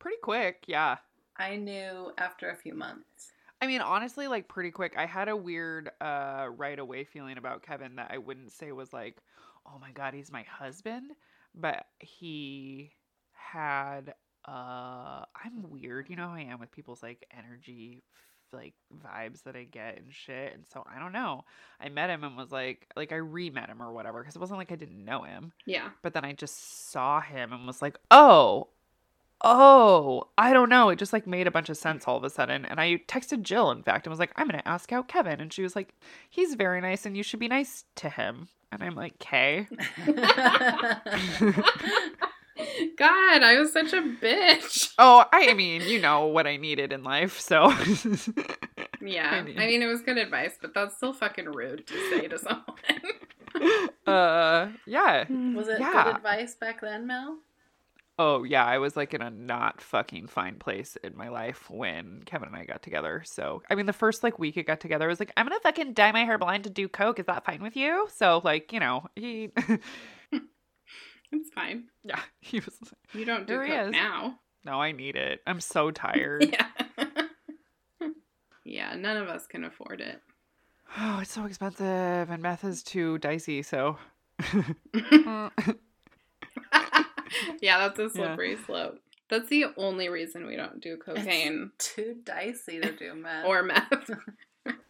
C: Pretty quick. Yeah.
D: I knew after a few months.
C: I mean, honestly, like pretty quick. I had a weird uh right away feeling about Kevin that I wouldn't say was like, oh my god, he's my husband, but he had uh I'm weird. You know how I am with people's like energy f- like vibes that I get and shit. And so I don't know. I met him and was like like I re-met him or whatever cuz it wasn't like I didn't know him
B: yeah
C: but then I just saw him and was like, oh, oh, I don't know. It just like made a bunch of sense all of a sudden. And I texted Jill, in fact, and was like, I'm going to ask out Kevin. And she was like, he's very nice and you should be nice to him. And I'm like, okay.
B: God, I was such a bitch.
C: Oh, I mean, you know what I needed in life. So,
B: Yeah. I
C: I
B: mean,
C: mean-
B: it was good advice, but that's still fucking rude to say to someone.
C: uh, yeah.
D: Was it
C: Yeah.
D: good advice back then, Mel?
C: Oh, yeah. I was like in a not fucking fine place in my life when Kevin and I got together. So, I mean, the first like week it got together, I was like, I'm going to fucking dye my hair blind to do Coke. Is that fine with you? So, like, you know, he,
B: it's fine.
C: yeah, he was like,
B: You don't do
C: There he
B: coke
C: is.
B: now.
C: no, I need it. I'm so tired.
B: Yeah. yeah, none of us can afford it.
C: oh, it's so expensive. And meth is too dicey. So, Mm.
B: yeah, that's a slippery slope. That's the only reason we don't do cocaine
D: Too dicey to do meth.
B: or meth.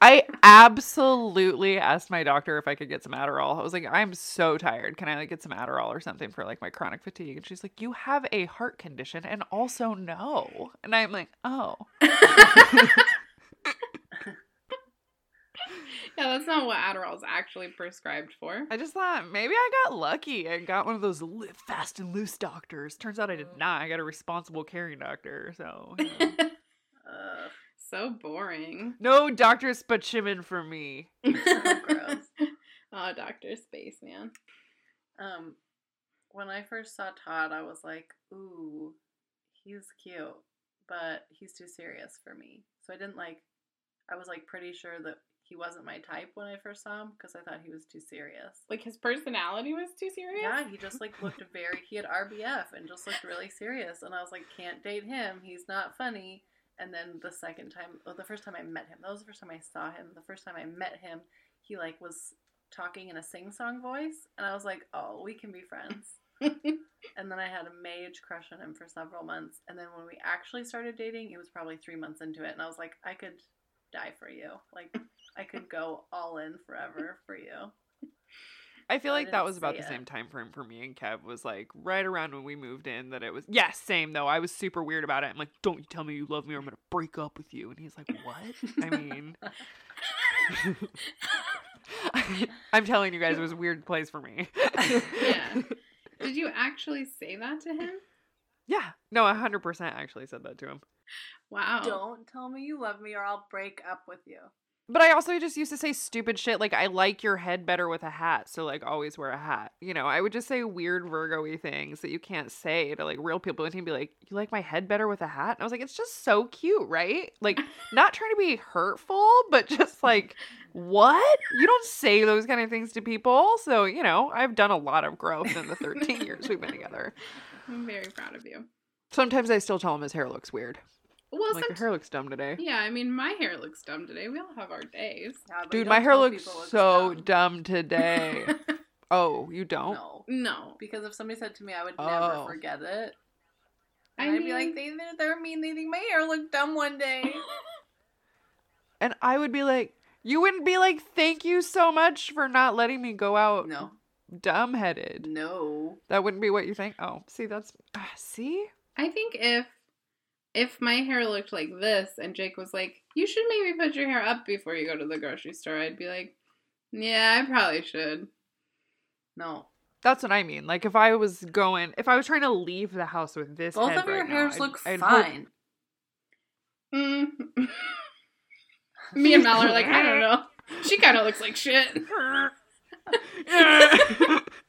C: I absolutely asked my doctor if I could get some Adderall. I was like, I'm so tired. Can I like get some Adderall or something for like my chronic fatigue? And she's like, You have a heart condition and also no. And I'm like, Oh,
B: yeah, that's not what Adderall's actually prescribed for.
C: I just thought maybe I got lucky and got one of those live fast and loose doctors. Turns out I did not. I got a responsible caring doctor. So you know.
D: Ugh,
B: So boring.
C: no Doctor Spachimin for me.
D: so gross.
B: Oh, Dr. Space, man.
D: Um, when I first saw Todd, I was like, ooh, he's cute, but he's too serious for me. So I didn't like, I was like pretty sure that he wasn't my type when I first saw him because I thought he was too serious.
B: Like his personality was too serious?
D: Yeah, he just like looked very, he had RBF and just looked really serious. And I was like, can't date him. He's not funny. And then the second time, oh, the first time I met him, that was the first time I saw him. The first time I met him, he like was talking in a sing song voice. And I was like, oh, we can be friends. and then I had a mage crush on him for several months. And then when we actually started dating, it was probably three months into it. And I was like, I could die for you. Like, I could go all in forever for you.
C: I feel
D: I
C: like that
D: didn't
C: was about
D: see
C: the
D: it.
C: same time frame for me and Kev was like right around when we moved in that it was yeah, same though. I was super weird about it. I'm like, don't you tell me you love me or I'm gonna break up with you and he's like, What? I mean I'm telling you guys it was a weird place for me.
B: yeah. Did you actually say that to him?
C: Yeah. No, hundred percent actually said that to him.
B: Wow.
C: Oh.
D: Don't tell me you love me or I'll break up with you.
C: But I also just used to say stupid shit like I like your head better with a hat, so like always wear a hat. You know, I would just say weird Virgo-y things that you can't say to like real people and he'd be like, You like my head better with a hat? And I was like, It's just so cute, right? Like not trying to be hurtful, but just like, what? You don't say those kind of things to people. So, you know, I've done a lot of growth in the 13 years we've been together.
B: I'm very proud of you.
C: Sometimes I still tell him his hair looks weird.
B: Well,
C: like your
B: somet-
C: hair looks dumb today.
B: yeah, I mean, my hair looks dumb today. We all have our days.
D: Yeah, but
C: Dude,
D: don't
C: my hair
D: tell
C: looks
D: people it's
C: so
D: dumb.
C: dumb today. oh, you don't?
D: no,
B: No,
D: because if somebody said to me, I would
C: Oh.
D: never forget it. And I would be like, they they're, they're mean. They think my hair looked dumb one day.
C: And I would be like, you wouldn't be like, thank you so much for not letting me go out
D: no,
C: dumb headed.
D: no.
C: That wouldn't be what you think. Oh, see, that's ah, see.
B: I think if if my hair looked like this and Jake was like, "You should maybe put your hair up before you go to the grocery store," I'd be like, "Yeah, I probably should."
D: No.
C: That's what I mean. Like if I was going, if I was trying to leave the house with this,
D: Both
C: head
D: of your
C: right now,
D: hairs
C: I'd-
D: look
C: I'd hope-
D: fine.
B: Mm. Me and Mal are like, I don't know. She kind of looks like shit.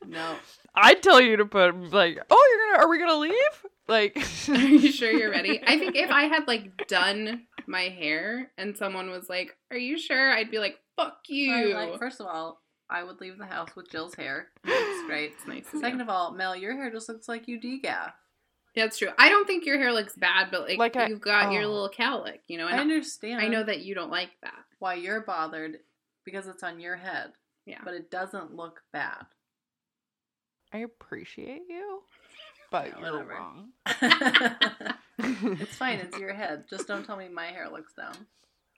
D: No.
C: I'd tell you to put like, oh, you're gonna, are we gonna leave? Like,
B: Are you sure you're ready? I think if I had like done my hair and someone was like, "Are you sure?" I'd be like, "Fuck you."
D: I Like, first of all, I would leave the house with Jill's hair. It's great.
B: It's nice. of
D: Second
B: you.
D: of all, Mel, your hair just looks like you degaff.
B: Yeah, it's true. I don't think your hair looks bad, but like,
C: Like I-
B: you've got your
C: oh.
B: little cowlick, you know.
D: I
B: And
D: understand.
B: I know that you don't like that.
D: why you're bothered because it's on your head.
B: Yeah.
D: But it doesn't look bad.
C: I appreciate you, but
D: Yeah,
C: you're
D: whatever.
C: wrong.
D: it's fine. It's your head. Just don't tell me my hair looks dumb.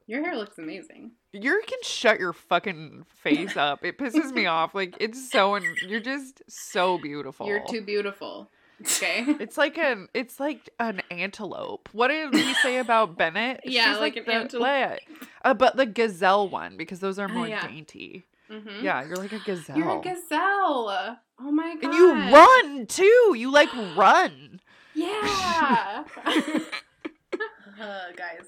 B: Your hair looks amazing.
C: You can shut your fucking face up. It pisses me off. Like it's so, un- you're just so beautiful.
B: You're too beautiful. Okay.
C: It's like an it's like an antelope. What did we say about Bennett?
B: Yeah, like an
C: the-
B: antelope.
C: yeah. Uh, but the gazelle one because those are
B: Oh,
C: more
B: yeah.
C: dainty.
B: hmm
C: Yeah, you're like a gazelle.
B: You're a gazelle. Oh my god.
C: and you run too. You like run.
B: Yeah.
D: Uh, guys,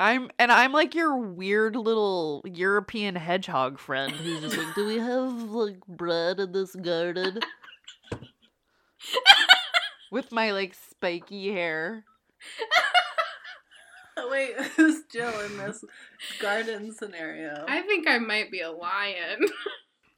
C: I'm and I'm like your weird little European hedgehog friend who's just like, do we have like bread in this garden? With my like spiky hair.
D: wait, who's Jill in this garden scenario?
B: I think I might be a lion.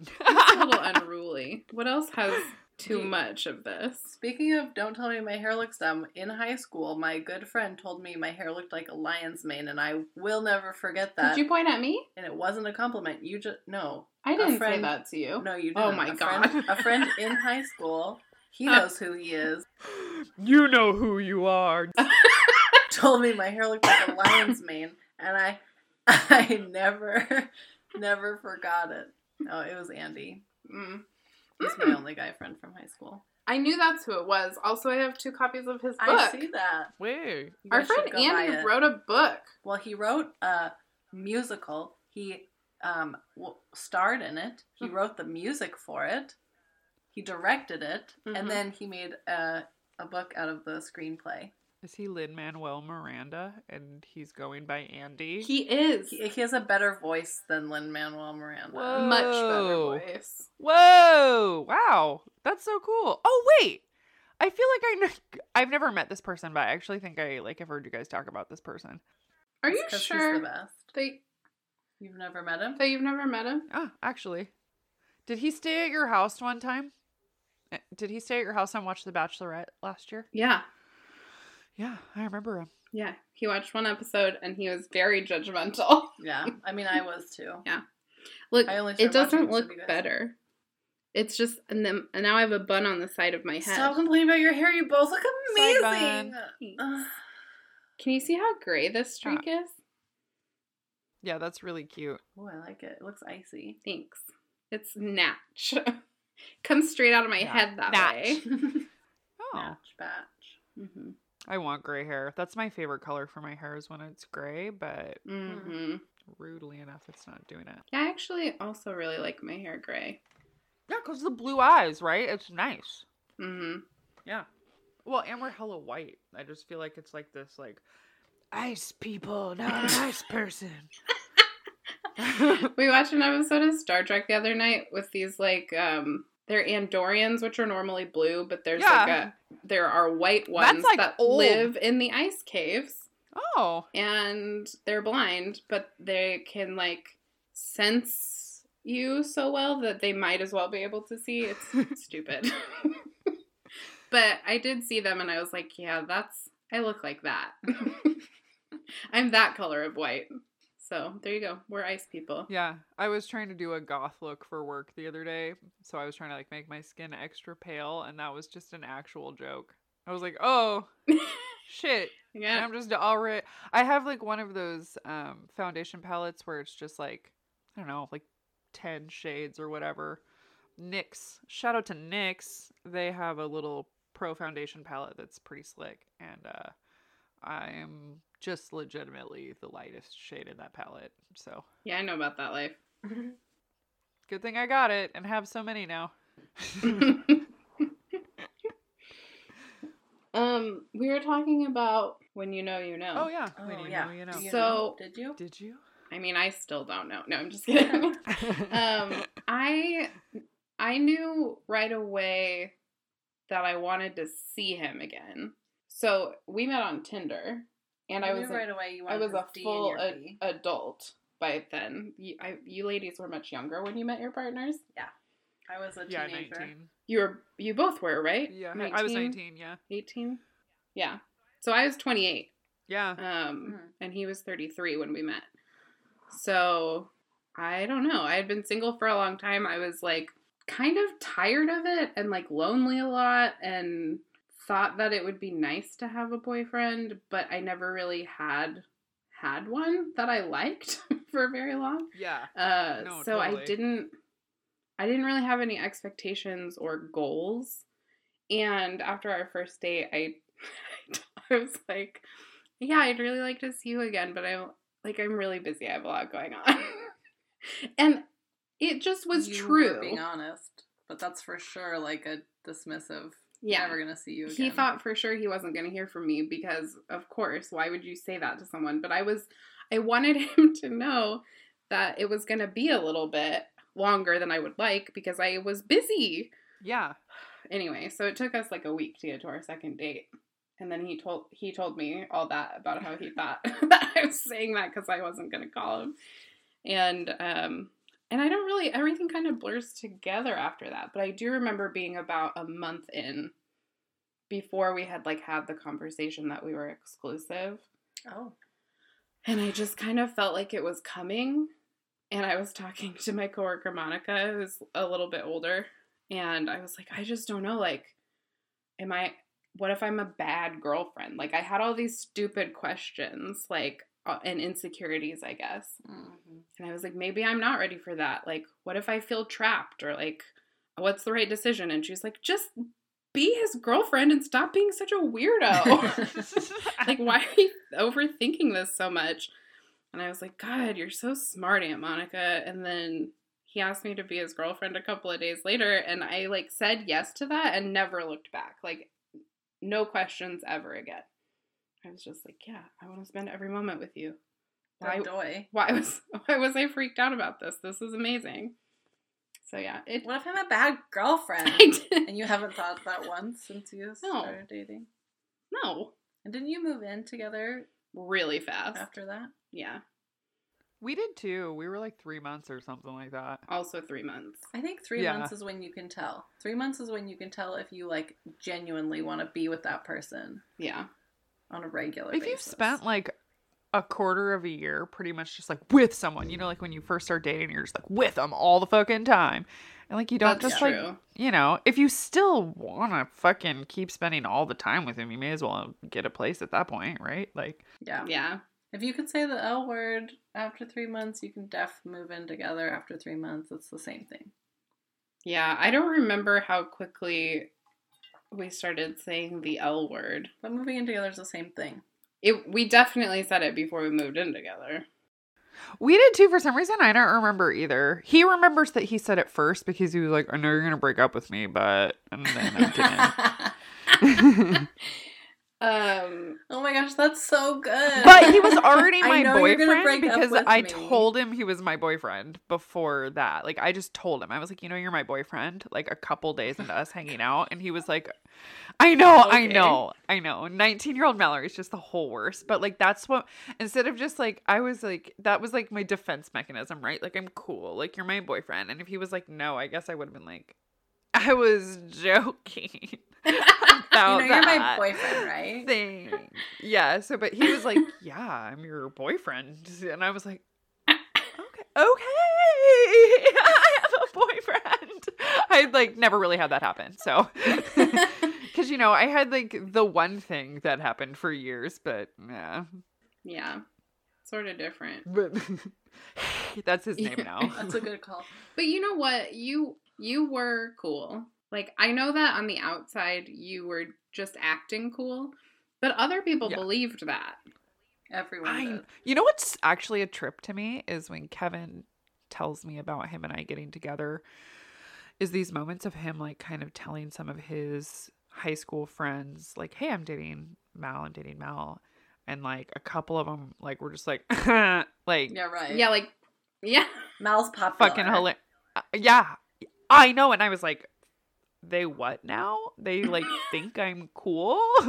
B: It's a little unruly. What else has too
D: We-
B: much of this?
D: Speaking of don't tell me my hair looks dumb, in high school, my good friend told me my hair looked like a lion's mane, and I will never forget that.
B: Did you point at me?
D: and it wasn't a compliment. You just no,
B: I didn't say
D: friend-
B: that to you.
D: no, you didn't.
B: Oh my
D: a friend-
B: God. Uh.
D: a friend in high school, he knows who he is,
C: You know who you are.
D: told me my hair looked like a lion's mane, and I, I never, never forgot it. No, it was Andy.
B: Mm.
D: He's my only guy friend from high school.
B: I knew that's who it was. Also, I have two copies of his book.
D: I see that.
C: Wait.
D: You
B: Our
D: guys should
B: friend
D: go buy
B: Andy
D: it.
B: wrote a book.
D: Well, he wrote a musical. He um, w- starred in it. He wrote the music for it. He directed it,
B: Mhm.
D: and then he made a, a book out of the screenplay.
C: Is he Lin Manuel Miranda and he's going by Andy?
B: He is
D: He, he has a better voice than Lin Manuel Miranda.
C: Whoa.
B: much better
C: Oh.
B: voice.
C: Whoa! Wow, that's so cool. Oh wait, I feel like I know. I've never met this person, but I actually think I like have heard you guys talk about this person.
B: Are you
D: 'Cause He's the
B: sure
D: best.
B: that,
D: You've never met him.
B: that you've never met him?
C: Ah, actually, did he stay at your house one time? Eh, Did he stay at your house and watch The Bachelorette last year?
B: Yeah.
C: Yeah, I remember him.
B: Yeah. He watched one episode and he was very judgmental.
D: Yeah, I mean, I was too.
B: Look,
D: I only started
B: it doesn't
D: watching
B: look
D: Sugar Guys.
B: better. It's just, and then and now I have a bun on the side of my head.
D: Stop complaining about your hair. You both look amazing.
B: Thanks. Can you see how gray this streak is?
C: Yeah, that's really cute.
D: Oh, I like it. It looks icy.
B: Thanks. It's natch. Comes straight out of my
C: Yeah.
B: head that way. Mm-hmm.
C: Natch. Oh,
D: Batch, batch.
B: hmm
C: I want gray hair. That's my favorite color for my hair is when it's gray, but
B: hmm
C: rudely enough, it's not doing it.
B: Yeah, I actually also really like my hair gray.
C: Yeah, because the blue eyes, right? It's nice.
B: hmm
C: Yeah. Well, and we're hella white. I just feel like it's like this, like ice people, not an ice person.
B: We watched an episode of Star Trek the other night with these like um they're Andorians, which are normally blue, but there's like
C: Yeah.
B: a there are white ones
C: like,
B: that
C: old.
B: live in the ice caves
C: oh,
B: and they're blind, but they can like sense you so well that they might as well be able to see. It's stupid. but I did see them and I was like, yeah, that's I look like that. I'm that color of white. So there you go. We're ice people.
C: Yeah, I was trying to do a goth look for work the other day, so I was trying to like make my skin extra pale, and that was just an actual joke. I was like, "Oh, shit!" And
B: Yeah.
C: I'm just already. I have like one of those um, foundation palettes where it's just like I don't know, like ten shades or whatever. NYX. Shout out to NYX. They have a little pro foundation palette that's pretty slick, and uh, I am just legitimately the lightest shade in that palette. So
B: Yeah, I know about that life.
C: Good thing I got it and have so many now.
B: um, we were talking about when you know you know.
C: Oh yeah,
D: Oh,
C: When you
D: yeah.
C: know, you know.
D: Do you
B: So-
D: know? did you?
C: Did you?
B: I mean, I still don't know. No, I'm just kidding. um, I I knew right away that I wanted to see him again. So we met on Tinder, and I
D: You
B: was
D: knew
B: a-
D: right away. You
B: I was
D: wanted to
B: a
D: D in
B: full uh,
D: your
B: a-
D: B.
B: adult by then. You, I, you ladies were much younger when you met your partners.
D: I was a
C: yeah,
D: teenager.
C: nineteen.
B: You were you both were right.
C: Yeah, I was nineteen. Yeah,
B: 18? Yeah. So I was 28.
C: yeah.
B: Um,
D: Mhm.
B: and he was 33 when we met. So I don't know. I had been single for a long time. I was like kind of tired of it and like lonely a lot and thought that it would be nice to have a boyfriend, but I never really had had one that I liked for very long.
C: Yeah.
B: Uh,
C: No,
B: so I
C: totally.
B: didn't I didn't really have any expectations or goals. And after our first date, I I was like, yeah, I'd really like to see you again, but I'm like I'm really busy. I have a lot going on. and it just was
D: You were
B: true.
D: being honest, but that's for sure like a dismissive.
B: Yeah.
D: Never gonna see you again.
B: He thought for sure he wasn't going to hear from me because, of course, why would you say that to someone? But I was, I wanted him to know that it was going to be a little bit longer than I would like because I was busy.
C: Yeah.
B: Anyway, so it took us like a week to get to our second date. And then he told he told me all that about how he thought that I was saying that because I wasn't gonna call him, and um and I don't really everything kind of blurs together after that. But I do remember being about a month in before we had like had the conversation that we were exclusive
D: Oh,
B: and I just kind of felt like it was coming. And I was talking to my coworker Monica, who's a little bit older, and I was like, I just don't know. Like, am I? What if I'm a bad girlfriend? Like, I had all these stupid questions, like, uh, and insecurities, I guess.
D: Mhm.
B: And I was like, maybe I'm not ready for that. Like, what if I feel trapped or like, what's the right decision? And she's like, just be his girlfriend and stop being such a weirdo. oh. like why are you overthinking this so much and i was like god you're so smart aunt monica and then he asked me to be his girlfriend a couple of days later and i like said yes to that and never looked back like no questions ever again i was just like yeah i want to spend every moment with you why
D: oh, doy.
B: why was why was i freaked out about this this is amazing so yeah it
D: What if I'm a bad girlfriend?
B: i didn't
D: and you haven't thought that once since you started dating.
B: know
D: And didn't you move in together
B: really fast
D: after that?
B: yeah
C: we did too. We were like three months or something like that.
B: also three months
D: I think three
C: Yeah.
D: months is when you can tell. Three months is when you can tell if you like genuinely want to be with that person
B: yeah
D: on a regular
C: If
D: basis.
C: you've spent like a quarter of a year pretty much just like with someone, you know, like when you first start dating, you're just like with them all the fucking time. And like you don't
B: that's
C: just
B: true
C: like you know, if you still want to fucking keep spending all the time with him, you may as well get a place at that point, right? Like,
D: yeah.
B: yeah
D: If you could say the L word after three months, you can def move in together after three months. It's the same thing.
B: Yeah, I don't remember how quickly we started saying the L word.
D: But moving in together is the same thing.
B: It we definitely said it before we moved in together.
C: we did too for some reason. I don't remember either. He remembers that he said it first because he was like, I know you're going to break up with me, but. And then I didn't.
B: Um
D: Oh my gosh, that's so good.
C: but he was already
D: I
C: my
D: know you're gonna
C: boyfriend
D: break up
C: because
D: with
C: I
D: me.
C: told him he was my boyfriend before that. Like, I just told him. I was like, you know, you're my boyfriend, like a couple days into us hanging out. And he was like, I know, I
D: Okay.
C: know, I know. 19 year old Mallory's just the whole worst. But like, that's what, instead of just like, I was like, that was like my defense mechanism, right? Like, I'm cool. Like, you're my boyfriend. And if he was like, no, I guess I would have been like, I was joking.
D: You
C: about
D: know, you're my
C: that
D: boyfriend, right?
C: Thing. yeah. So, but he was like, "Yeah, I'm your boyfriend," and I was like, "Okay, okay, I have a boyfriend." I like never really had that happen, so because you know I had like the one thing that happened for years, but yeah,
B: yeah. Sort of different.
C: but that's his name now.
D: That's a good call.
B: But you know what? You you were cool. Like I know that on the outside you were just acting cool, but other people
C: Yeah.
B: believed that.
D: Everyone
C: I,
D: did.
C: you know what's actually a trip to me is when Kevin tells me about him and I getting together is these moments of him like kind of telling some of his high school friends like hey I'm dating Mal I'm dating Mal and like a couple of them like were just like like
D: Yeah, right.
B: Yeah, like yeah.
D: Mal's popular.
C: fucking hilarious yeah I know and I was like they what now they like think I'm cool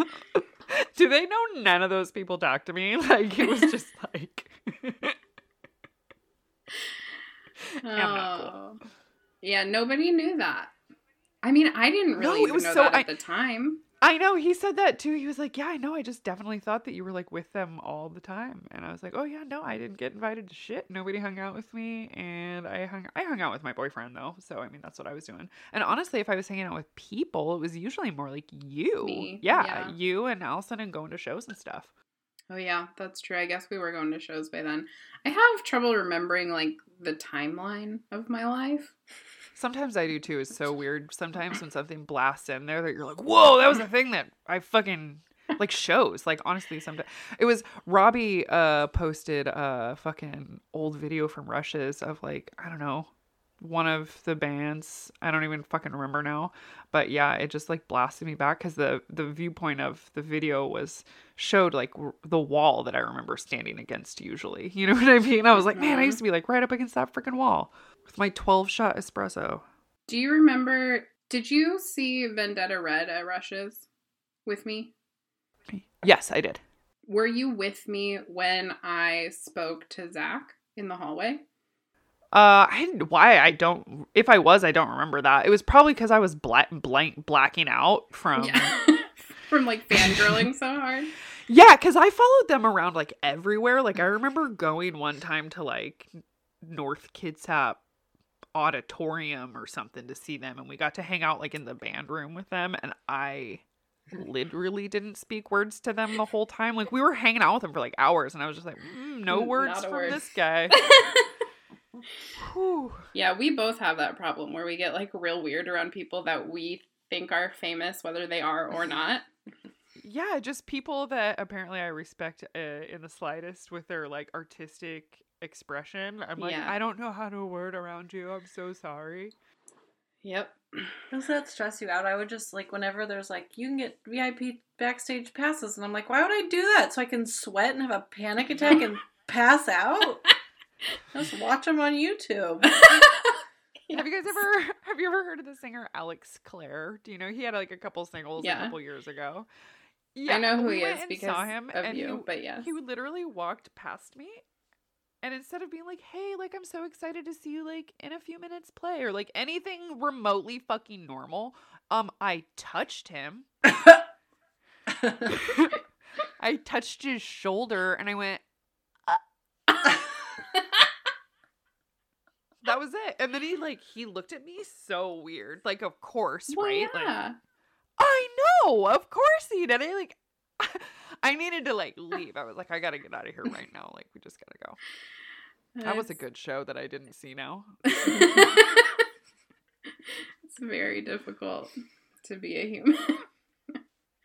C: do they know none of those people talk to me like it was just like not
B: Oh. Yeah, nobody knew that. I mean, I didn't
C: No,
B: really
C: it
B: even
C: was
B: know
C: so-
B: that at
C: I-
B: the time.
C: I know he said that too. He was like, "Yeah, I know. I just definitely thought that you were like with them all the time." And I was like, "Oh yeah, no, I didn't get invited to shit. Nobody hung out with me, and I hung I hung out with my boyfriend though. So I mean, that's what I was doing. And honestly, if I was hanging out with people, it was usually more like you,
B: Me,
C: yeah,
B: yeah.
C: you and Allison and going to shows and stuff.
B: Oh yeah, that's true. I guess we were going to shows by then. I have trouble remembering like the timeline of my life.
C: Sometimes I do too. It's so weird. Sometimes when something blasts in there that you're like, whoa, that was a thing that I fucking like shows. Like honestly, sometimes it was Robbie uh posted a fucking old video from Rush's of like, I don't know, one of the bands. I don't even fucking remember now. But yeah, it just like blasted me back because the the viewpoint of the video was showed like w- the wall that I remember standing against usually. You know what I mean? I was like, man, I
B: Mhm.
C: used to be like right up against that freaking wall with my 12 shot espresso.
B: Do you remember? Did you see Vendetta Red at Rush's with me?
C: Yes, I did.
B: Were you with me when I spoke to Zach in the hallway?
C: Uh, I didn't, why I don't. If I was, I don't remember that. It was probably because I was black, blank, blacking out from.
B: yeah. From like fangirling so hard.
C: Yeah, because I followed them around like everywhere. Like I remember going one time to like North Kitsap auditorium or something to see them, and we got to hang out like in the band room with them, and I literally didn't speak words to them the whole time. Like we were hanging out with them for like hours, and I was just like, mm, no
B: Not
C: words
B: a
C: from
B: word.
C: this guy. Whew.
B: yeah, we both have that problem where we get like real weird around people that we think are famous, whether they are or not.
C: Yeah, just people that apparently I respect uh, in the slightest with their like artistic expression. I'm like,
B: Yeah.
C: I don't know how to word around you. I'm so sorry.
B: Yep.
D: Does that stress you out? I would just like whenever there's like you can get VIP backstage passes, and I'm like, why would I do that? So I can sweat and have a panic attack and pass out. just watch them on YouTube.
C: Have you guys ever have you ever heard of the singer Alex Clare? Do you know he had like a couple singles a
B: Yeah.
C: couple years ago?
B: I know who
C: we
B: he
C: went
B: is
C: and
B: because
C: saw him
B: of
C: and
B: you,
C: he,
B: but yes.
C: he literally walked past me and instead of being like hey like i'm so excited to see you like in a few minutes play or like anything remotely fucking normal um i touched him i touched his shoulder and i went "Uh." that was it and then he like he looked at me so weird like of course
B: Well,
C: right Like,
B: yeah.
C: I know, of course he did. I like, I needed to like leave. I was like, I gotta get out of here right now. Like, we just gotta go. That was a good show that I didn't see now.
B: it's very difficult to be a human.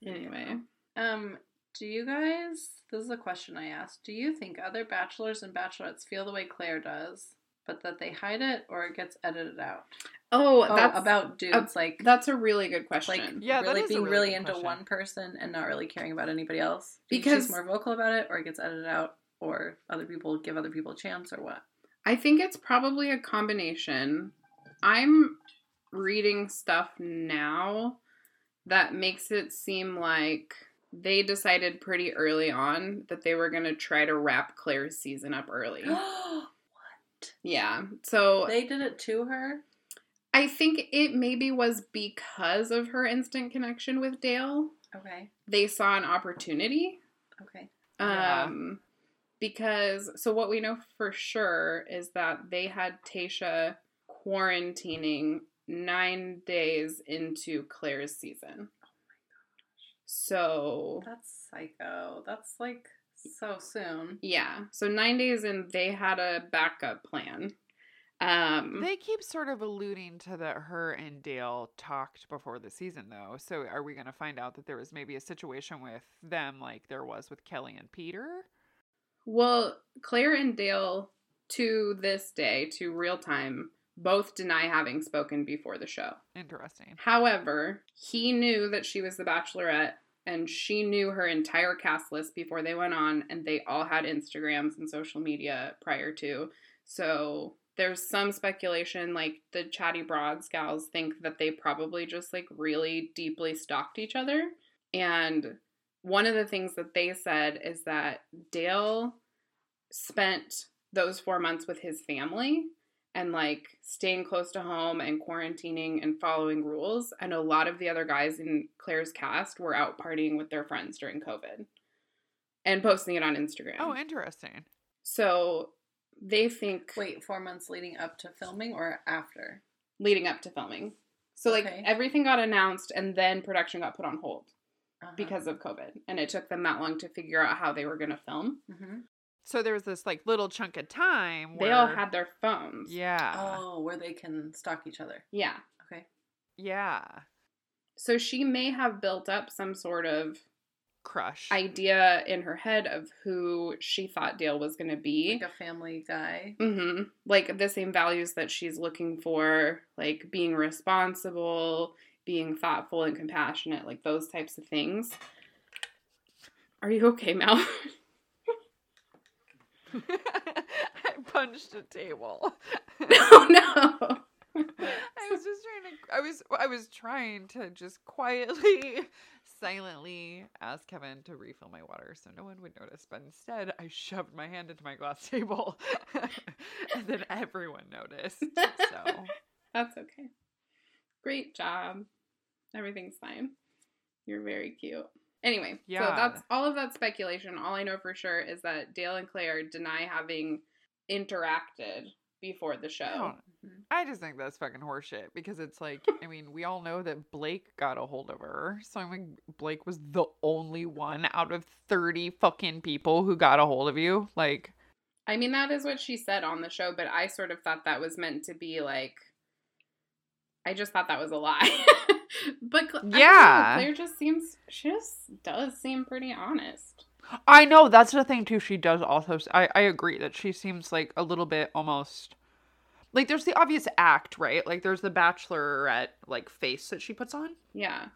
C: Yeah.
B: anyway,
D: um, do you guys? This is a question I asked. Do you think other bachelors and bachelorettes feel the way Claire does, but that they hide it or it gets edited out?
B: oh,
D: Oh,
B: that's
D: about dudes like
B: that's a really good question.
D: like
C: Yeah, that
D: really
C: is a
D: being
C: really
D: really
C: good
D: into
C: question.
D: one person and not really caring about anybody else Do you think
B: Because-
D: she's more vocal about it or it gets edited out or other people give other people a chance or what
B: I think it's probably a combination. I'm reading stuff now that makes it seem like they decided pretty early on that they were going to try to wrap Claire's season up early. yeah. So
D: they did it to her
B: I think it maybe was because of her instant connection with Dale.
D: Okay.
B: they saw an opportunity.
D: Okay.
C: Yeah.
B: Um, because so what we know for sure is that they had Tasha quarantining nine days into Claire's season. So
D: That's psycho. That's like so soon.
B: yeah, so nine days in, they had a backup plan. Um,
C: They keep sort of alluding to that her and Dale talked before the season, though. So are we going to find out that there was maybe a situation with them, like there was with Kelly and Peter?
B: Well, Claire and Dale, to this day, to real time, both deny having spoken before the show.
C: Interesting.
B: However, he knew that she was the Bachelorette, and she knew her entire cast list before they went on, and they all had Instagrams and social media prior to. So there's some speculation, like the chatty broads gals think that they probably just like really deeply stalked each other. And one of the things that they said is that Dale spent those four months with his family and like staying close to home and quarantining and following rules. And a lot of the other guys in Claire's cast were out partying with their friends during COVID and posting it on Instagram.
C: Oh, interesting.
B: so they think
D: Wait, four months leading up to filming or after?
B: leading up to filming. So like
D: Okay.
B: everything got announced and then production got put on hold
D: Uh-huh.
B: because of COVID. And it took them that long to figure out how they were going to film.
D: hmm
C: So there was this like little chunk of time where
B: They all had their phones.
C: Yeah.
D: oh, where they can stalk each other.
B: Yeah.
D: Okay.
C: Yeah.
B: So she may have built up some sort of
C: Crush.
B: idea in her head of who she thought Dale was going to be.
D: Like a family guy.
B: hmm Like the same values that she's looking for, like being responsible, being thoughtful and compassionate, like those types of things. Are you okay, Mel?
C: I punched a table.
B: no, no.
C: I was just trying to. I was. I was trying to just quietly, silently ask Kevin to refill my water so no one would notice. But instead, I shoved my hand into my glass table, and then everyone noticed. So
B: That's okay. Great job. Everything's fine. You're very cute. Anyway, so
C: Yeah.
B: that's all of that speculation. All I know for sure is that Dale and Claire deny having interacted before the show.
C: I don't-
D: Mhm.
C: I just think that's fucking horseshit because it's like, I mean, we all know that Blake got a hold of her. So I mean, Blake was the only one out of 30 fucking people who got a hold of you. Like,
B: I mean, that is what she said on the show, but I sort of thought that was meant to be like. I just thought that was a lie. but Cla- I don't know,
C: Yeah.
B: Claire just seems, she just does seem pretty honest.
C: I know that's the thing too. She does also. s- I I agree that she seems like a little bit almost like there's the obvious act, right? Like there's the bachelorette like face that she puts on,
B: Yeah.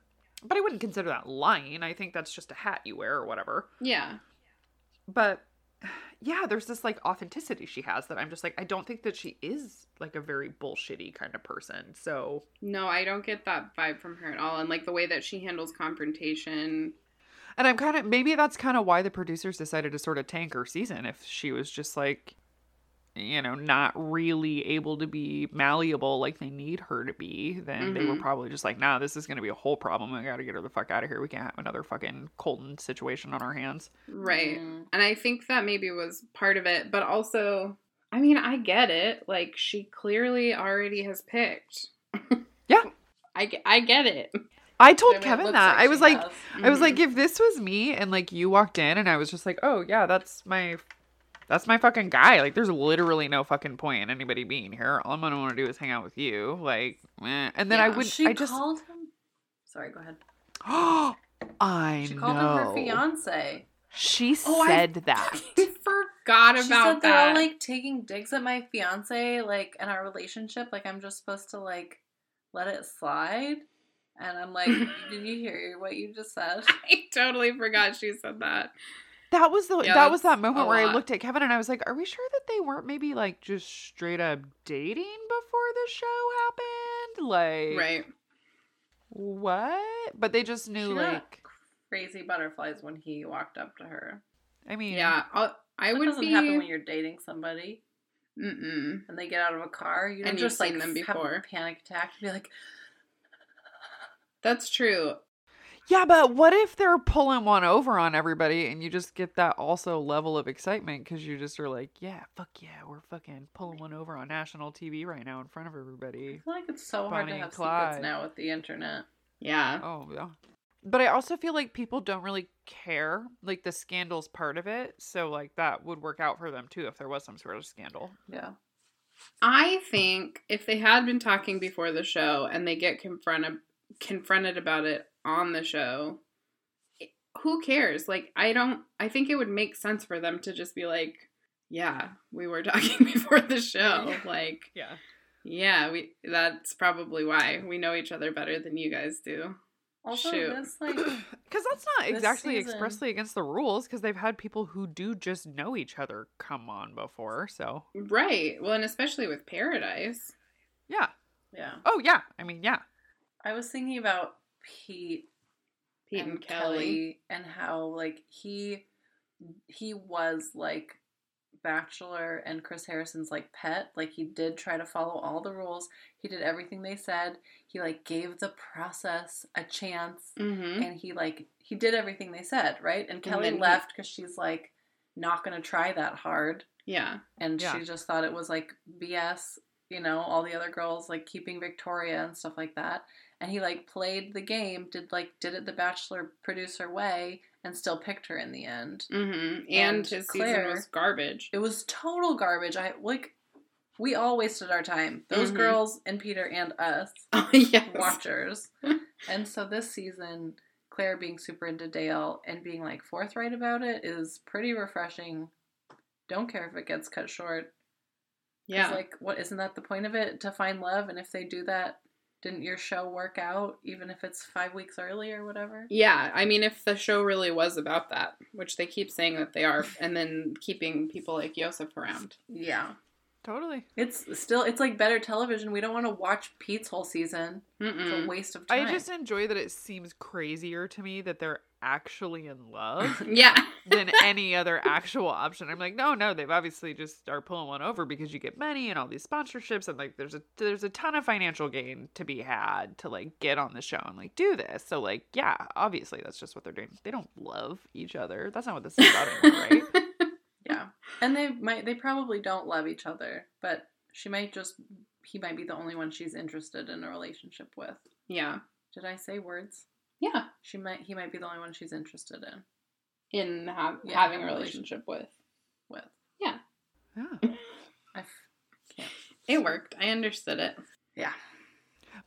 C: but I wouldn't consider that lying. I think that's just a hat you wear or whatever.
B: Yeah.
C: But yeah, there's this like authenticity she has that I'm just like I don't think that she is like a very bullshitty kind of person. So
B: No, I don't get that vibe from her at all. And like the way that she handles confrontation.
C: and I'm kind of maybe that's kind of why the producers decided to sort of tank her season if she was just like you know not really able to be malleable like they need her to be then they were
B: Mhm.
C: probably just like nah this is going to be a whole problem we got to get her the fuck out of here we can't have another fucking colton situation on our hands
B: Right.
D: Mm.
B: And I think that maybe was part of it. But also, I mean, I get it. Like she clearly already has picked.
C: Yeah.
B: I, ge- I get it.
C: i told
D: I mean, it
C: kevin
D: looks
C: that i
D: she
C: was like
D: has.
C: I was
B: Mhm.
C: like, if this was me and like you walked in and I was just like, oh yeah, that's my that's my fucking guy. Like there's literally no fucking point in anybody being here. All I'm gonna want to do is hang out with you. Like eh. and then I
B: Yeah,
C: would
D: she
C: I just
D: called him. Sorry, go ahead.
C: I
D: She
C: know.
D: called him her fiance.
C: She
B: Oh, I-
C: said that.
B: forgot about
D: she said they're
B: that.
D: all like taking digs at my fiance, like in our relationship. Like I'm just supposed to like let it slide. And I'm like, did you hear what you just said?
B: I totally forgot she said that.
C: That was the
B: Yeah,
C: that was
B: that's
C: that
B: a
C: moment where I
B: lot.
C: looked at Kevin and I was like, are we sure that they weren't maybe like just straight up dating before the show happened? Like
B: Right.
C: what? But they just knew
D: She got
C: like
D: crazy butterflies when he walked up to her.
C: I mean
B: Yeah. I'll, I
D: That
B: would
D: doesn't
B: be.
D: happen when you're dating somebody
B: Mm-mm.
D: and they get out of a car. You don't
B: And you've
D: just like
B: seen them
D: have
B: before.
D: a panic attack and be like,
B: That's true.
C: Yeah, but what if they're pulling one over on everybody and you just get that also level of excitement because you just are like, yeah, fuck yeah, we're fucking pulling one over on national TV right now in front of everybody.
D: I feel like it's so hard
C: Bonnie
D: to
C: and
D: have
C: Clyde.
D: secrets now with the internet.
B: Yeah.
C: Oh, yeah. But I also feel like people don't really care. Like the scandal's part of it. So, like, that would work out for them too if there was some sort of scandal.
D: Yeah.
B: I think if they had been talking before the show and they get confronted confronted about it on the show, it- who cares? Like I don't I think it would make sense for them to just be like, yeah, we were talking before the show. Like,
C: Yeah.
B: yeah, we that's probably why. We know each other better than you guys do.
D: Also,
B: Shoot.
D: this like
C: Because that's not
D: This
C: exactly
D: season-
C: expressly against the rules because they've had people who do just know each other come on before. So,
B: Right. Well, and especially with Paradise.
C: yeah.
D: yeah.
C: Oh, yeah. I mean, yeah.
D: I was thinking about Pete
B: Pete and, Kelly.
D: and how like he he was like bachelor and chris harrison's like pet like he did try to follow all the rules he did everything they said he like gave the process a chance
B: Mm-hmm.
D: and he like he did everything they said right and kelly
B: then he-
D: left because she's like not gonna try that hard
B: Yeah.
D: and
C: Yeah.
D: she just thought it was like BS, you know, all the other girls like keeping Victoria and stuff like that. And he like played the game, did like did it the Bachelor producer way, and still picked her in the end.
B: Mm-hmm. And,
D: And
B: his season
D: Claire-
B: was garbage.
D: It was total garbage. I like we all wasted our time. Those
B: Mhm.
D: girls and Peter and us
B: yes.
D: watchers. and so this season, Claire being super into Dale and being like forthright about it is pretty refreshing. Don't care if it gets cut short.
B: Yeah.
D: Yeah. Like, what isn't that the point of it? To find love, and if they do that, didn't your show work out? Even if it's five weeks early or whatever.
B: Yeah, I mean, if the show really was about that, which they keep saying that they are, and then keeping people like Yosef around.
D: Yeah.
C: Totally.
D: It's still it's like better television. We don't want to watch Pete's whole season. It's a
B: Mm-mm.
D: waste of time.
C: I just enjoy that it seems crazier to me that they're actually in love
B: Yeah,
C: than any other actual option. I'm like, no, no, they've obviously just are pulling one over because you get money and all these sponsorships and like there's a there's a ton of financial gain to be had to like get on the show and like do this. So like, yeah, obviously that's just what they're doing. They don't love each other. That's not what this is about anymore, right?
D: yeah. And they might they probably don't love each other, but she might just he might be the only one she's interested in a relationship with.
B: yeah,
D: Did I say words?
B: yeah.
D: She might he might be the only one she's interested in
B: In ha-
D: Yeah,
B: having a
D: having a
B: relationship with
D: with.
C: Yeah.
D: I f-
B: it worked. I understood it.
D: yeah.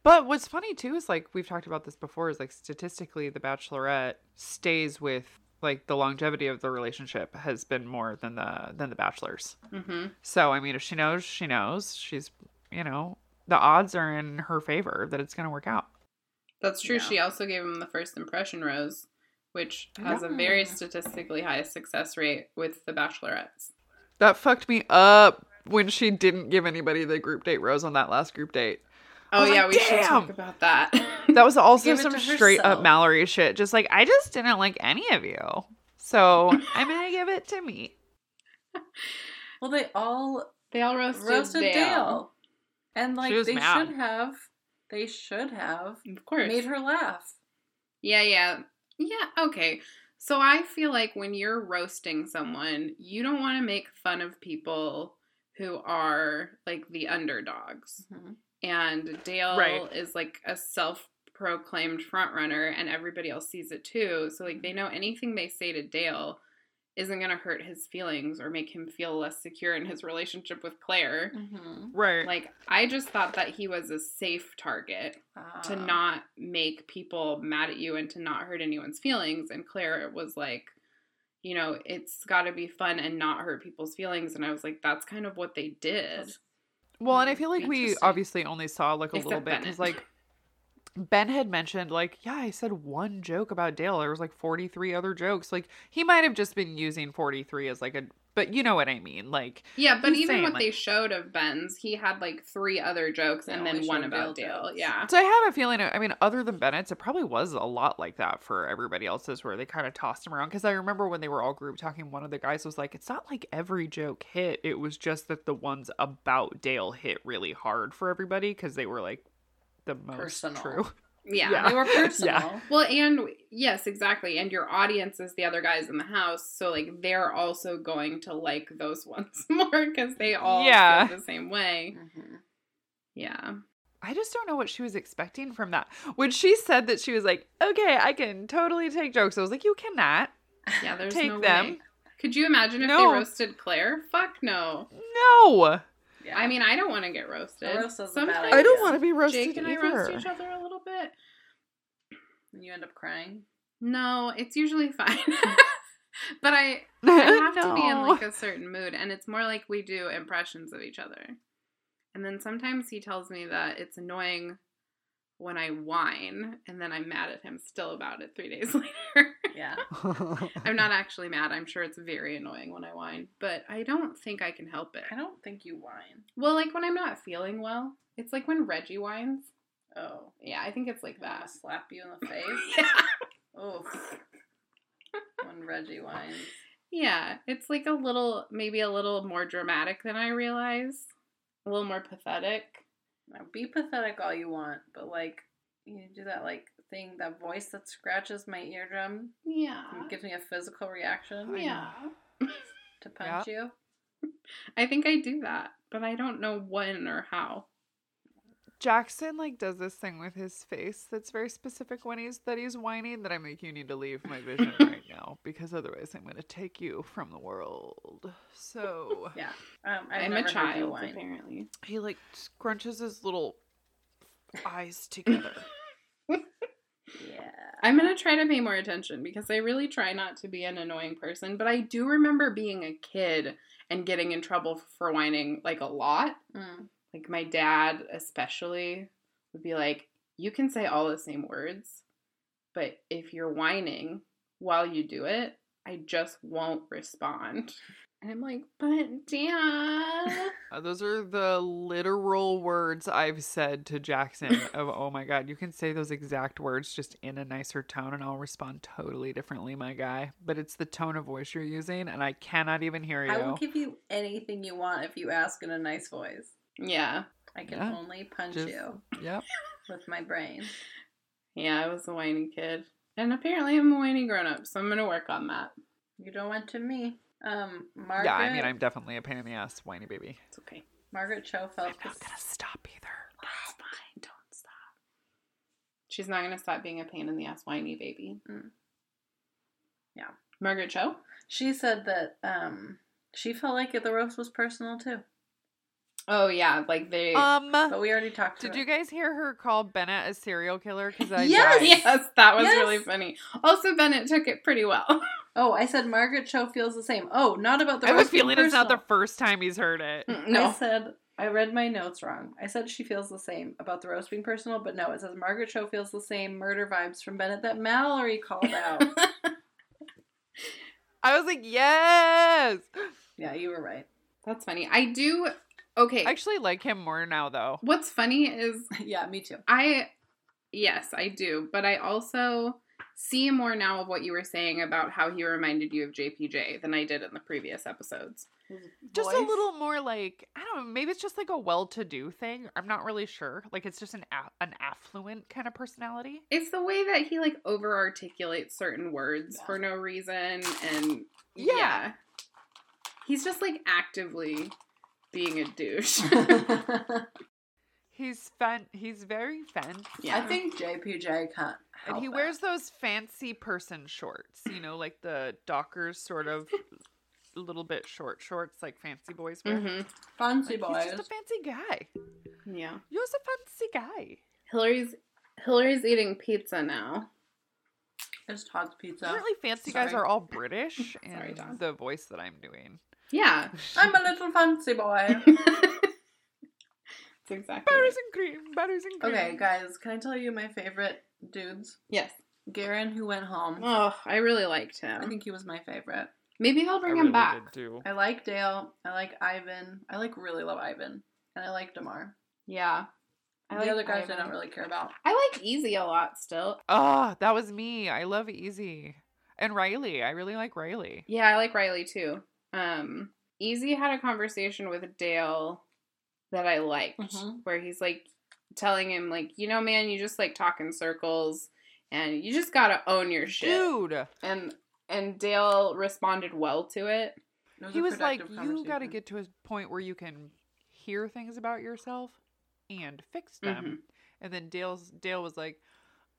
C: But what's funny too is like we've talked about this before is like statistically the bachelorette stays with like the longevity of the relationship has been more than the than the bachelors.
B: hmm
C: So I mean if she knows, she knows. She's you know, the odds are in her favor that it's going to work out.
B: That's true.
D: Yeah.
B: She also gave him the first impression rose, which has a very
D: Yeah.
B: statistically high success rate with the bachelorettes.
C: That fucked me up when she didn't give anybody the group date rose on that last group date.
B: Oh,
C: was
B: yeah,
C: like,
B: we should talk
C: "Damn!"
B: about that.
C: That was also
D: Give it
C: some
D: to
C: straight up
D: herself.
C: Mallory shit. Just like I just didn't like any of you. So I'm going to give it to me.
D: Well, they all
B: they all roasted,
D: roasted Dale.
B: Dale.
D: And like
C: She was
D: they
C: mad.
D: should have they should have
B: Of course,
D: made her laugh.
B: Yeah, yeah. Yeah, okay. So I feel like when you're roasting someone, you don't want to make fun of people who are like the underdogs. And Dale
C: Right.
B: is like a self proclaimed front runner and everybody else sees it too. So like they know anything they say to Dale isn't going to hurt his feelings or make him feel less secure in his relationship with Claire.
D: Mm-hmm.
C: Right.
B: Like I just thought that he was a safe target to
D: Uh,
B: not make people mad at you and to not hurt anyone's feelings. And Claire was like, you know, it's got to be fun and not hurt people's feelings. And I was like, that's kind of what they did.
C: Well, and I
D: Mm,
C: feel like we
D: interesting.
C: obviously only saw like a little
B: Except
C: bit because
B: Bennett.
C: like Ben had mentioned like yeah, I said one joke about Dale. There was like forty three other jokes. Like he might have just been using forty three as like a but you know what I mean. Like
B: Yeah, but
C: He's
B: even
C: saying,
B: what
C: like-
B: they showed of Ben's, he had like three other jokes
D: They
B: and
D: only
B: then one
D: showed
B: about
D: Dale
B: Dale.
D: jokes.
B: Yeah.
C: so I have a feeling. I mean, other than Bennett's, it probably was a lot like that for everybody else's, where they kind of tossed him around. Because I remember when they were all group talking, one of the guys was like, "It's not like every joke hit. It was just that the ones about Dale hit really hard for everybody because they were like the most
D: Personal.
C: true."
B: Yeah.
C: Yeah.
D: They were personal.
B: Well, and yes, exactly. And your audience is the other guys in the house, so like they're also going to like those ones more because they all
C: Yeah.
B: feel the same way.
D: Mhm.
B: Yeah.
C: I just don't know what she was expecting from that. When she said that she was like, okay, I can totally take jokes, I was like, you cannot.
B: Yeah. There's
C: Take
B: no
C: them.
B: way. Could you imagine if
C: No.
B: they roasted Claire? Fuck no.
C: No.
D: Yeah.
B: I mean, I don't want to get roasted.
D: A roast is a bad
B: Sometimes
D: idea.
B: I
D: I
B: don't
D: don't
B: want
D: wanna
C: to be
B: Jake and I roast each other a little bit.
D: And you end up crying.
B: No, it's usually fine. but I, I have to be in like a certain mood, and it's more like we do impressions of each other. And then sometimes he tells me that it's annoying when I whine, and then I'm mad at him still about it three days later.
D: Yeah.
B: I'm not actually mad. I'm sure it's very annoying when I whine, but I don't think I can help it.
D: I don't think you whine.
B: Well, like when I'm not feeling well, it's like when Reggie whines.
D: Oh.
B: Yeah, I think it's like
D: That
B: that.
D: slap you in the face.
B: Yeah.
D: Oh. when Reggie whines.
B: Yeah, it's like a little, maybe a little more dramatic than I realize, a little more pathetic.
D: Now be pathetic all you want, but like you do that like thing, that voice that scratches my eardrum
B: Yeah.
D: and gives me a physical reaction
B: Yeah.
D: to punch you.
B: I think I do that, but I don't know when or how.
C: Jackson like does this thing with his face that's very specific when he's that he's whining that I'm like you need to leave my vision right now because otherwise I'm gonna take you from the world. So
D: Yeah. Um, I've
B: i am
D: never
B: a
D: heard you
B: child,
D: whine.
B: apparently.
C: he like scrunches his little eyes together.
D: Yeah.
B: I'm going to try to pay more attention because I really try not to be an annoying person, but I do remember being a kid and getting in trouble for whining like a lot.
D: Mm.
B: Like my dad, especially, would be like, you can say all the same words, but if you're whining while you do it, I just won't respond. And I'm like, but dad.
C: Uh, those are the literal words I've said to Jackson of oh my god, you can say those exact words just in a nicer tone and I'll respond totally differently, my guy. But it's the tone of voice you're using and I cannot even hear you.
D: I will give you anything you want if you ask in a nice voice.
B: yeah.
D: I can
C: Yeah.
D: only punch
C: Just-
D: you
C: Yep.
D: with my brain.
B: Yeah, I was a whiny kid. And apparently I'm a whiny grown up, so I'm gonna work on that.
D: You don't want to me. Um, Margaret.
C: Yeah, I mean, I'm definitely a pain in the ass, whiny baby.
B: It's okay.
D: Margaret Cho felt
C: I'm not gonna stop either.
B: That's fine. Don't stop. She's not gonna stop being a pain in the ass whiny baby.
D: Mm. Yeah.
B: Margaret Cho?
D: She said that um, she felt like the roast was personal too.
B: Oh yeah, like they
C: Um,
D: But we already talked to
C: did you guys hear her call Bennett a serial killer? Because I
D: Yes!
C: died.
B: Yes, that was
D: Yes.
B: really funny. Also Bennett took it pretty well.
D: Oh, I said Margaret Cho feels the same. Oh, not about the
C: I have a
D: roast being
C: feeling it's not the
D: personal. Hmm.
C: first time he's heard it.
D: I
B: Mm, no.
D: said I read my notes wrong. I said she feels the same about the roast being personal, but no, it says Margaret Cho feels the same murder vibes from Bennett that Mallory called out.
C: I was like, yes.
D: yeah, you were right.
B: That's funny. I do okay.
C: I actually like him more now, though.
B: What's funny is
D: yeah, me too.
B: I yes, I do, but I also see more now of what you were saying about how he reminded you of JPJ than I did in the previous episodes.
C: Just a
D: Voice?
C: little more like I don't know. Maybe it's just like a well-to-do thing. I'm not really sure. Like it's just an a- an affluent kind of personality.
B: It's the way that he like over articulates certain words
D: Yeah.
B: for no reason and yeah.
C: Yeah.
B: He's just like actively being a douche.
C: He's fan. He's very fancy.
B: yeah.
D: I think JPJ can't.
C: And he
D: help it.
C: wears those fancy person shorts, you know, like the Dockers sort of little bit short shorts, like fancy boys wear.
B: Mhm.
D: fancy
C: Like,
D: boys.
C: he's just a fancy guy.
B: Yeah.
C: You're a fancy guy.
B: Hillary's Hillary's eating pizza now.
D: It's Todd's pizza.
C: Apparently, fancy guys
D: Sorry.
C: are all British, and
B: Sorry, Dawn.
C: the voice that I'm doing.
B: Yeah.
D: I'm a little fancy boy.
B: That's exactly.
C: Berries
B: right.
C: and cream, berries and cream.
D: okay, guys, can I tell you my favorite dudes?
B: Yes.
D: Garen, who went home.
C: Mm.
B: Oh, I really liked
D: I
B: him.
D: think he was my favorite.
B: Maybe he'll
C: I
B: bring
C: really
B: him back.
C: did too.
D: I like Dale. I like Ivan. I like really love Ivan, and I like Damar.
B: Yeah. I
D: the
B: like
D: other guys
B: Ivan.
D: I don't really care about.
B: I like Easy a lot still.
C: Ah, that was me. I love Easy and Riley. I really like Riley.
B: Yeah, I like Riley too. Um, Easy had a conversation with Dale that I liked
D: Mhm.
B: where he's like, telling him like, you know, man, you just like talk in circles, and you just gotta own your shit.
C: Dude,
B: And and Dale responded well to it.
D: It
C: he
D: a
C: was like,
D: productive
C: you got to
D: conversation.
C: get to a point where you can hear things about yourself and fix them.
B: Mm-hmm.
C: And then Dale's Dale was like,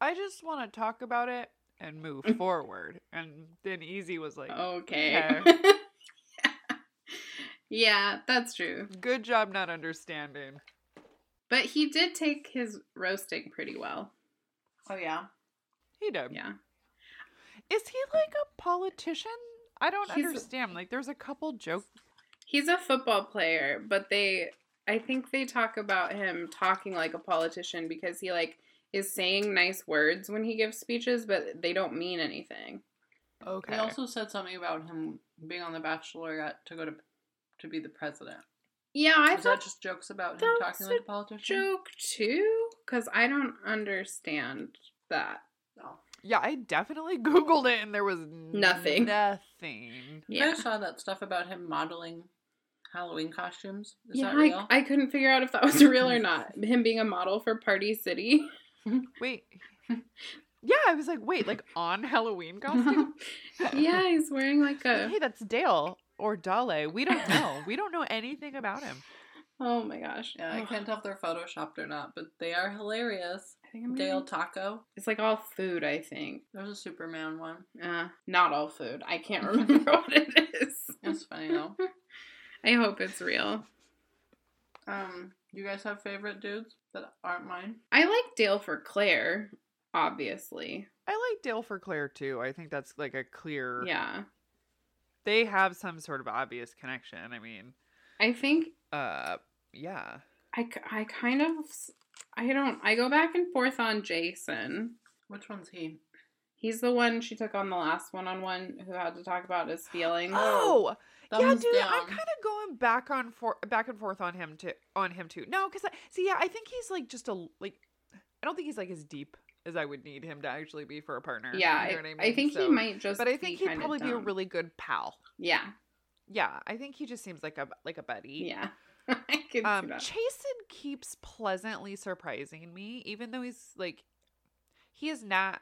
C: I just want to talk about it and move forward. And then Easy was like,
B: Okay. yeah, that's true.
C: Good job not understanding.
B: But he did take his roasting pretty well.
D: Oh yeah.
C: He did.
B: Yeah.
C: Is he like a politician? I don't
B: He's-
C: understand. Like, there's a couple jokes.
B: He's a football player, but they I think they talk about him talking like a politician because he like is saying nice words when he gives speeches, but they don't mean anything.
C: Okay.
D: They also said something about him being on the Bachelorette to go to to be the president.
B: Yeah, I
D: was
B: thought
D: that just jokes about him
B: that
D: talking
B: was
D: like
B: a
D: a politician?
B: joke too, because I don't understand that.
D: No.
C: yeah, I definitely Googled it and there was
B: Nothing.
C: Nothing.
D: I
B: Yeah,
D: saw that stuff about him modeling Halloween costumes. Is
B: yeah.
D: that real?
B: I, I couldn't figure out if that was real or not. Him being a model for Party City.
C: Wait. Yeah, I was like, wait, like on Halloween costume?
B: yeah, he's wearing like a.
C: Hey, that's Dale or Dale. We don't know. We don't know anything about him.
B: Oh my gosh.
D: yeah, I can't tell if they're photoshopped or not, but they are hilarious.
B: I think I'm gonna-
D: Dale Taco.
B: It's like all food, I think.
D: There's a Superman one.
B: Uh, not all food. I can't remember what it is.
D: It's funny though.
B: I hope it's real.
D: Um, you guys have favorite dudes that aren't mine?
B: I like Dale for Claire, obviously.
C: I like Dale for Claire too. I think that's like a clear.
B: Yeah.
C: They have some sort of obvious connection. I mean,
B: I think
C: uh, yeah.
B: I, k- I kind of. s- I don't. I go back and forth on Jason.
D: Which one's he?
B: He's the one she took on the last one on one who had to talk about his feelings.
C: Oh, yeah,
D: Thumbs
C: dude. I'm
D: down.
C: kind of going back on for back and forth on him to on him too. No, because see, yeah, I think he's like just a like. I don't think he's like as deep as I would need him to actually be for a partner.
B: Yeah,
C: you know
B: I,
C: what
B: I
C: mean?
B: think he
C: So-
B: might just.
C: But I think
B: be
C: he'd
B: kinda
C: probably be a
B: dumb.
C: really good pal.
B: Yeah,
C: Yeah, I think he just seems like a like a buddy.
B: yeah. I can see
C: Um,
B: that.
C: Chasen keeps pleasantly surprising me, even though he's like, he is not.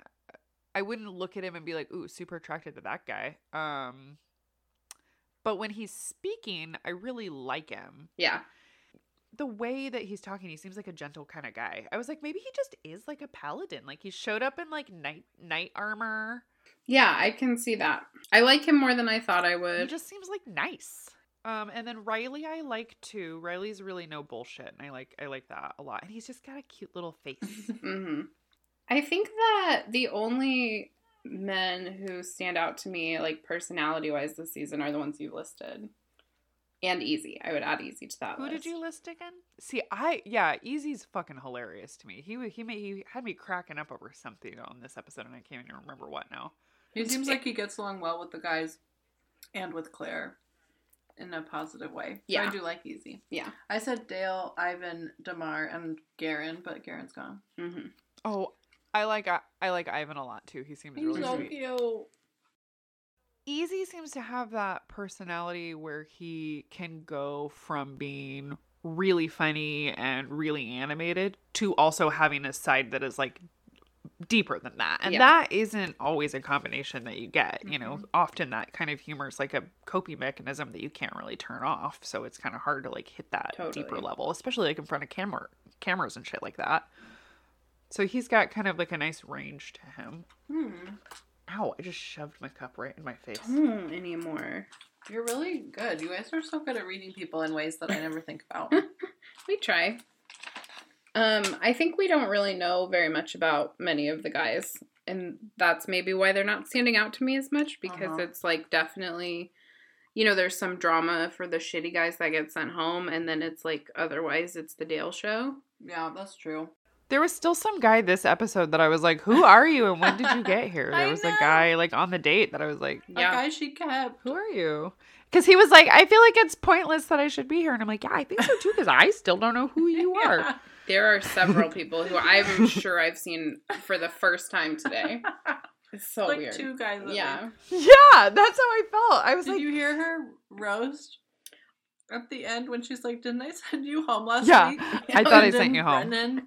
C: I wouldn't look at him and be like, "Ooh, super attracted to that guy." Um, but when he's speaking, I really like him.
B: yeah,
C: The way that he's talking, he seems like a gentle kind of guy. I was like, maybe he just is like a paladin. Like he showed up in like knight knight armor.
B: yeah. I can see that. I like him more than I thought I
C: He
B: would.
C: just seems like nice. Um, and then Riley, I like too. Riley's really no bullshit, and I like I like that a lot. And he's just got a cute little face.
B: hmm I think that the only men who stand out to me, like personality wise, this season are the ones you've listed, and Easy. I would add Easy to that.
C: Who did
B: list.
C: you list again? See, I yeah, Easy's fucking hilarious to me. He wa- he made, he had me cracking up over something on this episode, and I can't even remember what now.
D: He seems like he gets along well with the guys and with Claire in a positive way. So
B: Yeah.
D: I do like Easy.
B: Yeah.
D: I said Dale, Ivan, Damar, and Garen, but Garen's gone.
B: hmm
C: Oh, I like I, I like Ivan a lot too. He seems really
B: so
C: sweet.
D: cute.
C: Easy seems to have that personality where he can go from being really funny and really animated to also having a side that is like deeper than that. And
B: Yeah. Mm-hmm.
C: that isn't always a combination that you get. You know, often that kind of humor is like a coping mechanism that you can't really turn off. So it's kind of hard to like hit that deeper
B: Totally.
C: level, especially like in front of camera cameras and shit like that. So he's got kind of like a nice range to him.
D: Hmm.
C: Ow, I just shoved my cup right in my face. Hmm,
B: Don't anymore.
D: You're really good. You guys are so good at reading people in ways that I never think about.
B: We try. Um, I think we don't really know very much about many of the guys, and that's maybe why they're not standing out to me as much because
D: Uh-huh.
B: it's like definitely, you know, there's some drama for the shitty guys that get sent home, and then it's like otherwise it's the Dale show.
D: yeah, that's true.
C: There was still some guy this episode that I was like, "Who are you and when did you get here?"
D: I
C: There was a
D: know.
C: guy like on the date that I was like,
D: Yeah.
B: Yeah.
D: guy she kept.
C: "Who are you?" Because he was like, "I feel like it's pointless that I should be here," and I'm like, "Yeah, I think so too." Because I still don't know who you are.
B: There are several people who I'm sure I've seen for the first time today. It's so
D: like
B: weird.
D: two guys. that
B: yeah.
D: week.
C: yeah, that's how I felt. I was
D: Did
C: like,
D: you hear her roast at the end when she's like, "Didn't I send you home last
C: Yeah,
D: week?"
C: I thought I
D: And
C: sent
D: then
C: you home.
D: Brennan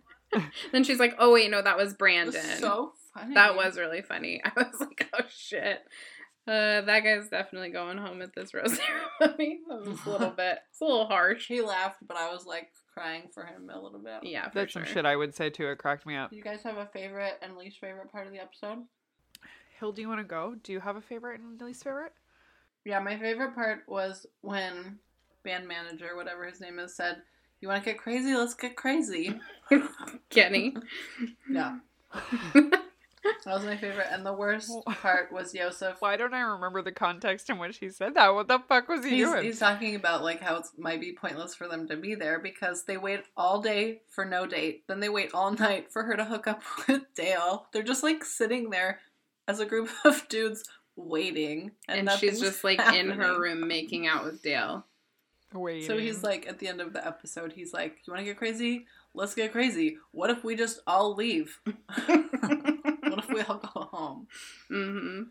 B: then she's like, "Oh wait, no, that was Brandon."
D: It's so funny.
B: that was really funny. I was like, "Oh shit." Uh, that guy's definitely going home at this rose ceremony. That was a little bit, it's a little harsh.
D: She laughed, but I was like crying for him a little bit.
B: Yeah, for
C: That's
B: sure.
C: some shit I would say too. It cracked me up.
D: Do you guys have a favorite and least favorite part of the episode?
C: Hill, do you want to go? Do you have a favorite and least favorite?
D: Yeah, my favorite part was when band manager, whatever his name is, said, "You want to get crazy? Let's get crazy."
B: Kenny.
D: Yeah, that was my favorite, and the worst part was Yosef.
C: Why don't I remember the context in which he said that? What the fuck was he
D: He's,
C: doing?
D: he's talking about like how it might be pointless for them to be there because they wait all day for no date, then they wait all night for her to hook up with Dale. They're just like sitting there as a group of dudes waiting,
B: and she's
D: nothing's
B: just like in her
D: happening.
B: room making out with Dale.
C: Waiting.
D: So he's like, at the end of the episode, he's like, "You want to get crazy? Let's get crazy. What if we just all leave? what if we all go home?"
B: Mm-hmm.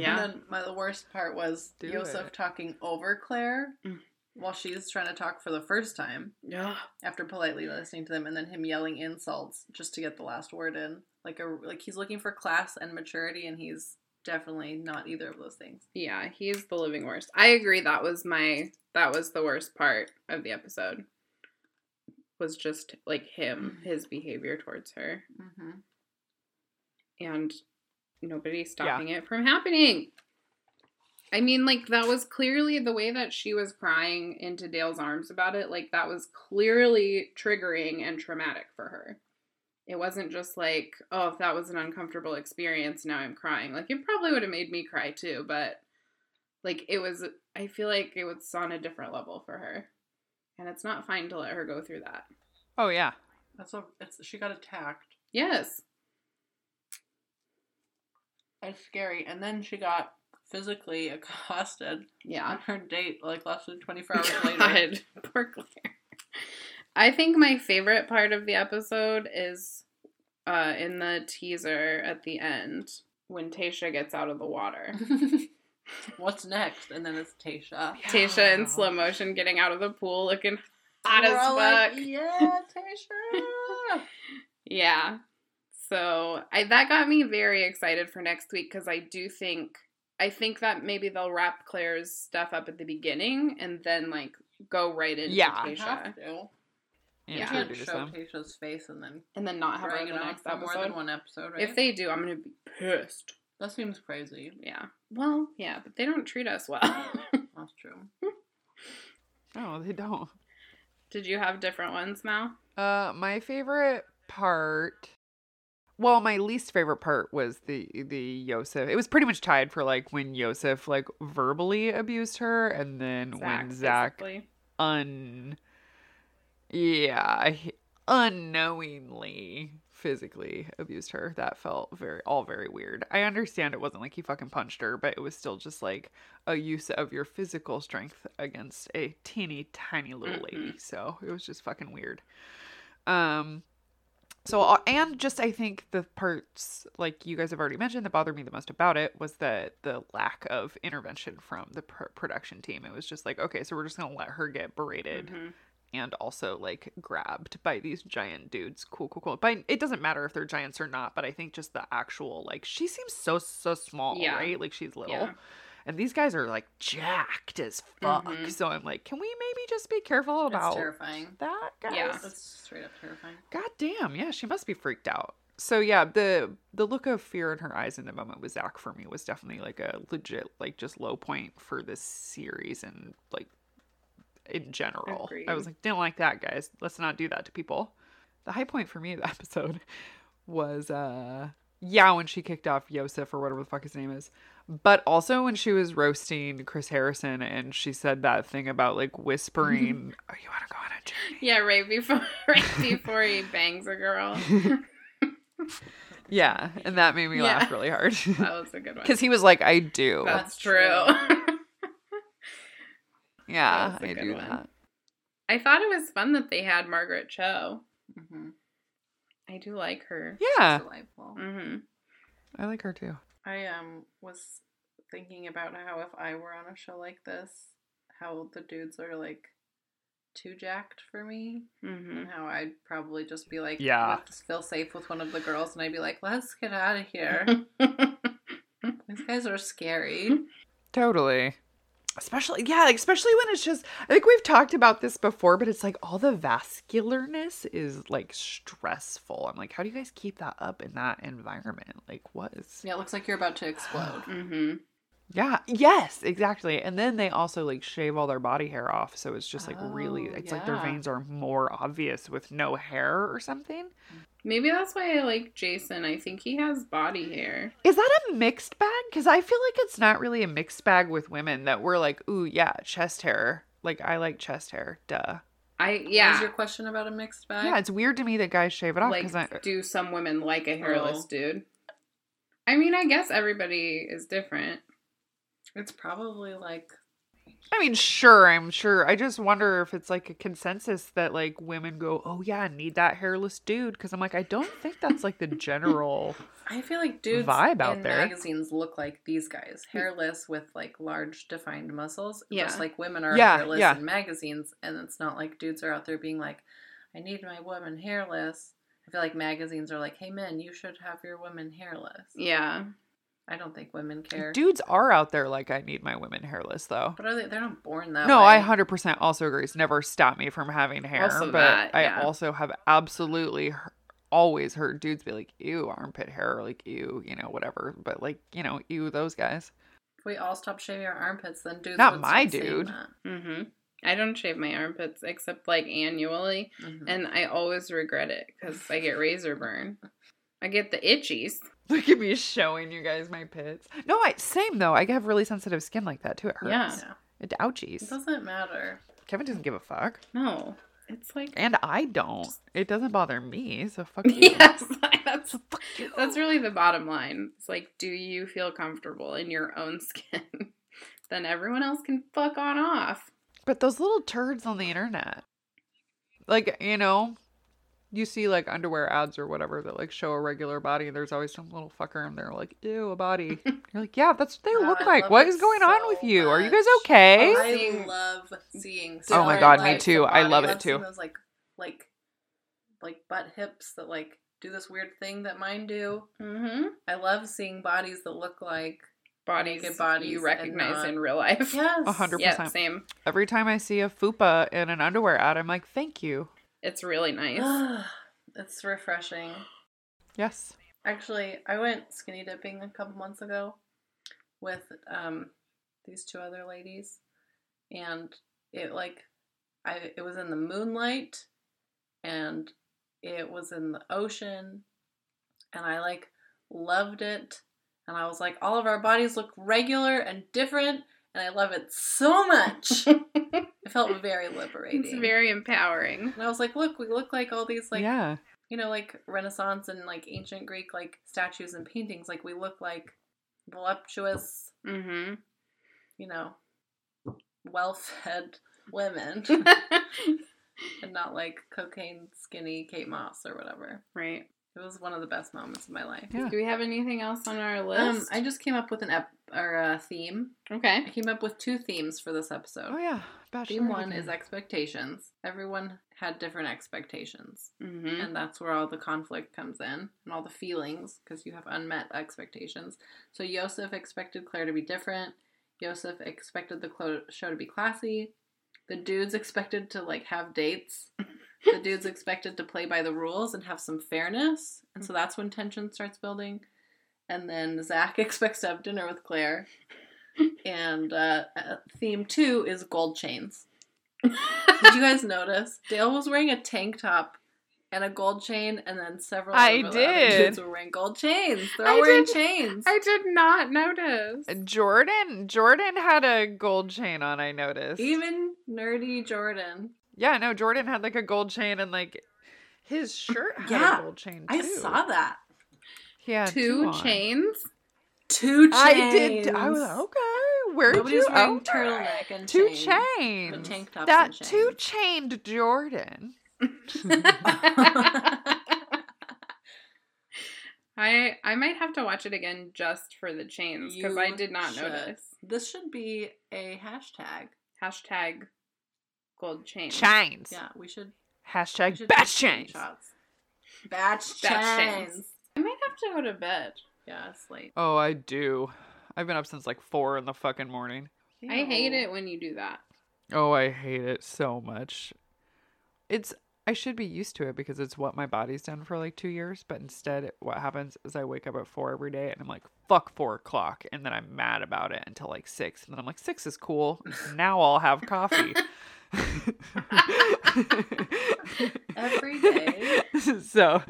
B: Yeah.
D: And then my the worst part was
C: Do
D: Yosef
C: it.
D: talking over Claire
B: Mm.
D: while she's trying to talk for the first time
B: Yeah.
D: after politely listening to them, and then him yelling insults just to get the last word in. Like a like he's looking for class and maturity, and he's definitely not either of those things.
B: Yeah, he's the living worst. I agree that was my that was the worst part of the episode. Was just like him, his behavior towards her
D: Mm-hmm.
B: and nobody stopping it from happening. I mean, like that was clearly the way that she was crying into Dale's arms about it, like that was clearly triggering and traumatic for her. It wasn't just like, oh, if that was an uncomfortable experience, now I'm crying. Like it probably would have made me cry too, but like it was I feel like it was on a different level for her. And it's not fine to let her go through that.
C: oh yeah.
D: That's a it's she got attacked.
B: Yes.
D: It's scary. And then she got physically accosted on
B: Yeah.
D: her date, like less than 24 hours later.
B: God, poor Claire. I think my favorite part of the episode is uh, in the teaser at the end when Tasha gets out of the water.
D: What's next? And then it's Tasha.
B: Tasha in slow motion getting out of the pool looking hot
D: We're
B: as
D: all
B: fuck.
D: like, yeah, Tasha.
B: Yeah. So I that got me very excited for next week because I do think I think that maybe they'll wrap Claire's stuff up at the beginning and then like go right into
C: Yeah.
D: You
B: Tasha
D: have to.
C: Yeah,
D: You
B: Yeah.
D: can't
C: introduce
D: show
C: them.
D: Tasha's face and then
B: and then not have her
D: drag
B: in
D: it
B: the
D: on
B: next
D: for more than
B: episode.
D: one episode, right?
B: If they do, I'm gonna be pissed.
D: that seems crazy.
B: Yeah. Well, yeah, but they don't treat us well.
D: That's true.
C: No, they don't.
B: Did you have different ones, Mal?
C: Uh, my favorite part. Well, my least favorite part was the the Yosef. It was pretty much tied for like when Yosef like verbally abused her, and then when Zach
B: basically.
C: un yeah he- unknowingly physically abused her that felt very all very weird i understand it wasn't like he fucking punched her but it was still just like a use of your physical strength against a teeny tiny little
B: Mhm.
C: lady so it was just fucking weird um so uh, and just i think the parts like you guys have already mentioned that bothered me the most about it was that the lack of intervention from the pr- production team it was just like okay so we're just gonna let her get berated
B: Mhm.
C: and also like grabbed by these giant dudes. Cool, cool, cool. But it doesn't matter if they're giants or not, but I think just the actual like she seems so so small,
B: Yeah.
C: right? Like she's little.
B: Yeah.
C: And these guys are like jacked as fuck.
B: Mhm.
C: So I'm like, can we maybe just be careful
D: That's
C: about
D: terrifying.
C: that, guys?
B: Yeah.
D: That's straight up terrifying.
C: God damn, yeah, she must be freaked out. So yeah, the the look of fear in her eyes in the moment with Zach for me was definitely like a legit like just low point for this series and like in general. I
B: Agreed.
C: was like, didn't like that, guys. Let's not do that to people. The high point for me of the episode was uh yeah, when she kicked off Yosef or whatever the fuck his name is. But also when she was roasting Chris Harrison and she said that thing about like whispering, Oh, you wanna go on a journey?
B: Yeah, right before right before he bangs a girl. that
C: Yeah, and that made me
B: Yeah.
C: laugh really hard.
B: was a good one.
C: Because he was like, I do.
B: That's
D: That's
B: true.
C: yeah,
B: that was a
C: I
B: good
C: do
B: one.
C: that.
B: I thought it was fun that they had Margaret Cho.
D: Mm-hmm.
B: I do like her.
C: Yeah,
D: Delightful.
B: hmm
C: I like her too.
D: I um was thinking about how if I were on a show like this, how the dudes are like too jacked for me.
B: Mm-hmm.
D: And how I'd probably just be like,
C: Yeah.
D: would feel safe with one of the girls, and I'd be like, let's get out of here. These guys are scary.
C: Totally. Especially, yeah, like, especially when it's just, I think we've talked about this before, but it's like all the vascularness is like stressful. I'm like, how do you guys keep that up in that environment? Like, what is.
D: Yeah, it looks like you're about to explode.
B: mm-hmm.
C: Yeah, yes, exactly. And then they also like shave all their body hair off. So it's just like really,
D: Oh,
C: it's like their
D: yeah.
C: veins are more obvious with no hair or something.
B: Maybe that's why I like Jason. I think he has body hair.
C: Is that a mixed bag? Because I feel like it's not really a mixed bag with women that we're like, ooh, yeah, chest hair. Like, I like chest hair, duh.
B: I
D: What was
B: yeah.
D: your question about a mixed bag?
C: Yeah, it's weird to me that guys shave it off
B: Like
C: because I. uh,
B: do some women like a hairless
D: Oh.
B: dude? I mean, I guess everybody is different.
D: It's probably like
C: I mean, sure, I'm sure. I just wonder if it's like a consensus that like women go, oh yeah, I need that hairless dude. Because I'm like, I don't think that's like the general.
D: I feel like dudes
C: Vibe out
D: in
C: there.
D: magazines look like these guys, hairless with like large defined muscles.
B: Yeah.
D: Just like women are
C: Yeah,
D: hairless
C: yeah.
D: in magazines, and it's not like dudes are out there being like, "I need my woman hairless." I feel like magazines are like, "Hey men, you should have your women hairless."
B: Yeah.
D: I don't think women care.
C: Dudes are out there like, I need my women hairless though.
D: but are they? They're not born that
C: No,
D: way.
C: I 100% also agree. It's never stopped me from having hair,
B: Also
C: but
B: that, yeah.
C: I also have absolutely he- always heard dudes be like, ew, armpit hair, or like, ew, you know, whatever. But like, you know, ew, those guys.
D: If we all stop shaving our armpits, then dudes.
C: Not
D: would
C: my
D: stop saying
C: dude.
D: that.
B: Mm-hmm. I don't shave my armpits except like annually,
D: Mhm.
B: and I always regret it because I get razor burn. I get the itchies.
C: Look at me showing you guys my pits. No, I same though. I have really sensitive skin like that too. It hurts.
B: Yeah.
D: Yeah.
C: It
D: It
C: ouchies.
D: doesn't matter.
C: Kevin doesn't give a fuck.
B: No, it's like
C: And I don't. It doesn't bother me, so fuck you.
B: yes, that's
C: So fuck you.
B: that's really the bottom line. It's like, do you feel comfortable in your own skin? then everyone else can fuck on off.
C: But those little turds on the internet, like you know, you see like underwear ads or whatever that like show a regular body, and there's always some little fucker, and they're like, "Ew, a body." You're like, "Yeah, that's what they
D: Oh,
C: look
D: I
C: like.
D: love
C: What
D: it
C: is going on with
D: so
C: you? Are you guys
D: much.
C: okay?"
B: Oh,
D: I
B: Seeing-
D: love seeing.
B: Oh my
D: different
B: God, me
D: types
C: too.
D: of
C: I love
D: body.
C: it
D: I've seen
C: too.
D: Those like, like, like butt hips that like do this weird thing that mine do.
B: Mm-hmm.
D: I love seeing bodies that look like
B: Bodies,
D: Naked bodies
B: you
D: and
B: recognize
D: not-
B: in real life.
D: yes,
C: A hundred-
B: Yeah,
C: 100%.
B: same.
C: Every time I see a fupa in an underwear ad, I'm like, "Thank you."
B: It's really nice.
D: Ah, it's refreshing.
C: Yes.
D: Actually, I went skinny dipping a couple months ago with um, these two other ladies, and it like I it was in the moonlight, and it was in the ocean, and I like loved it, and I was like, all of our bodies look regular and different, and I love it so much. it felt very liberating.
B: It's very empowering.
D: and I was like, look, we look like all these like
C: yeah.
D: you know, like Renaissance and like ancient Greek like statues and paintings, like we look like voluptuous,
B: Mm-hmm.
D: you know, well fed women and not like cocaine skinny Kate Moss or whatever.
B: right.
D: It was one of the best moments of my life.
C: Yeah.
B: Do we have anything else on our
D: Um,
B: list?
D: I just came up with an ep- or a theme.
B: okay.
D: I came up with two themes for this episode.
C: Oh yeah. Bachelor
D: Theme one is expectations. Everyone had different expectations.
B: Mm-hmm.
D: and that's where all the conflict comes in and all the feelings because you have unmet expectations. So Yosef expected Claire to be different. Yosef expected the clo- show to be classy. The dudes expected to like have dates. the dudes expected to play by the rules and have some fairness, and so that's when tension starts building. And then Zach expects to have dinner with Claire. And uh, uh, theme two is gold chains. Did you guys notice Dale was wearing a tank top and a gold chain, and then several
C: I
D: of the
C: did.
D: other dudes were wearing gold chains. They're
B: I
D: all wearing
B: did-
D: chains.
B: I did not notice.
C: Uh, Jordan. Jordan had a gold chain on. I noticed.
D: Even nerdy Jordan.
C: Yeah, no, Jordan had like a gold chain and like his shirt had
D: Yeah,
C: a gold chain too.
D: I saw that.
C: He had
B: Two
C: on.
B: chains.
D: Two chains.
C: I did. t- I was like, okay. Where did
D: Nobody's
C: you
D: wearing
C: out?
D: turtleneck and
C: Two
D: chains.
C: chains.
D: But tank tops
C: that
D: and chains.
C: two chained Jordan.
B: I I might have to watch it again just for the chains because I
D: You
B: did not
D: should.
B: notice.
D: this should be a hashtag.
B: Hashtag gold chain.
C: Chains.
D: Yeah, we should. we
C: Hashtag
D: should
C: batch
D: take
C: chains.
D: screenshots.
B: Batch
D: Batch chains.
B: chains. I might have to go to bed.
D: Yeah, it's late.
C: Oh, I do. I've been up since like four in the fucking morning.
B: I hate
D: Ew.
B: it when you do that.
C: Oh, I hate it so much. It's I should be used to it because it's what my body's done for like two years, but instead what happens is I wake up at four every day and I'm like, fuck four o'clock and then I'm mad about it until like six. And then I'm like, six is cool. Now I'll have coffee.
D: Every day.
C: so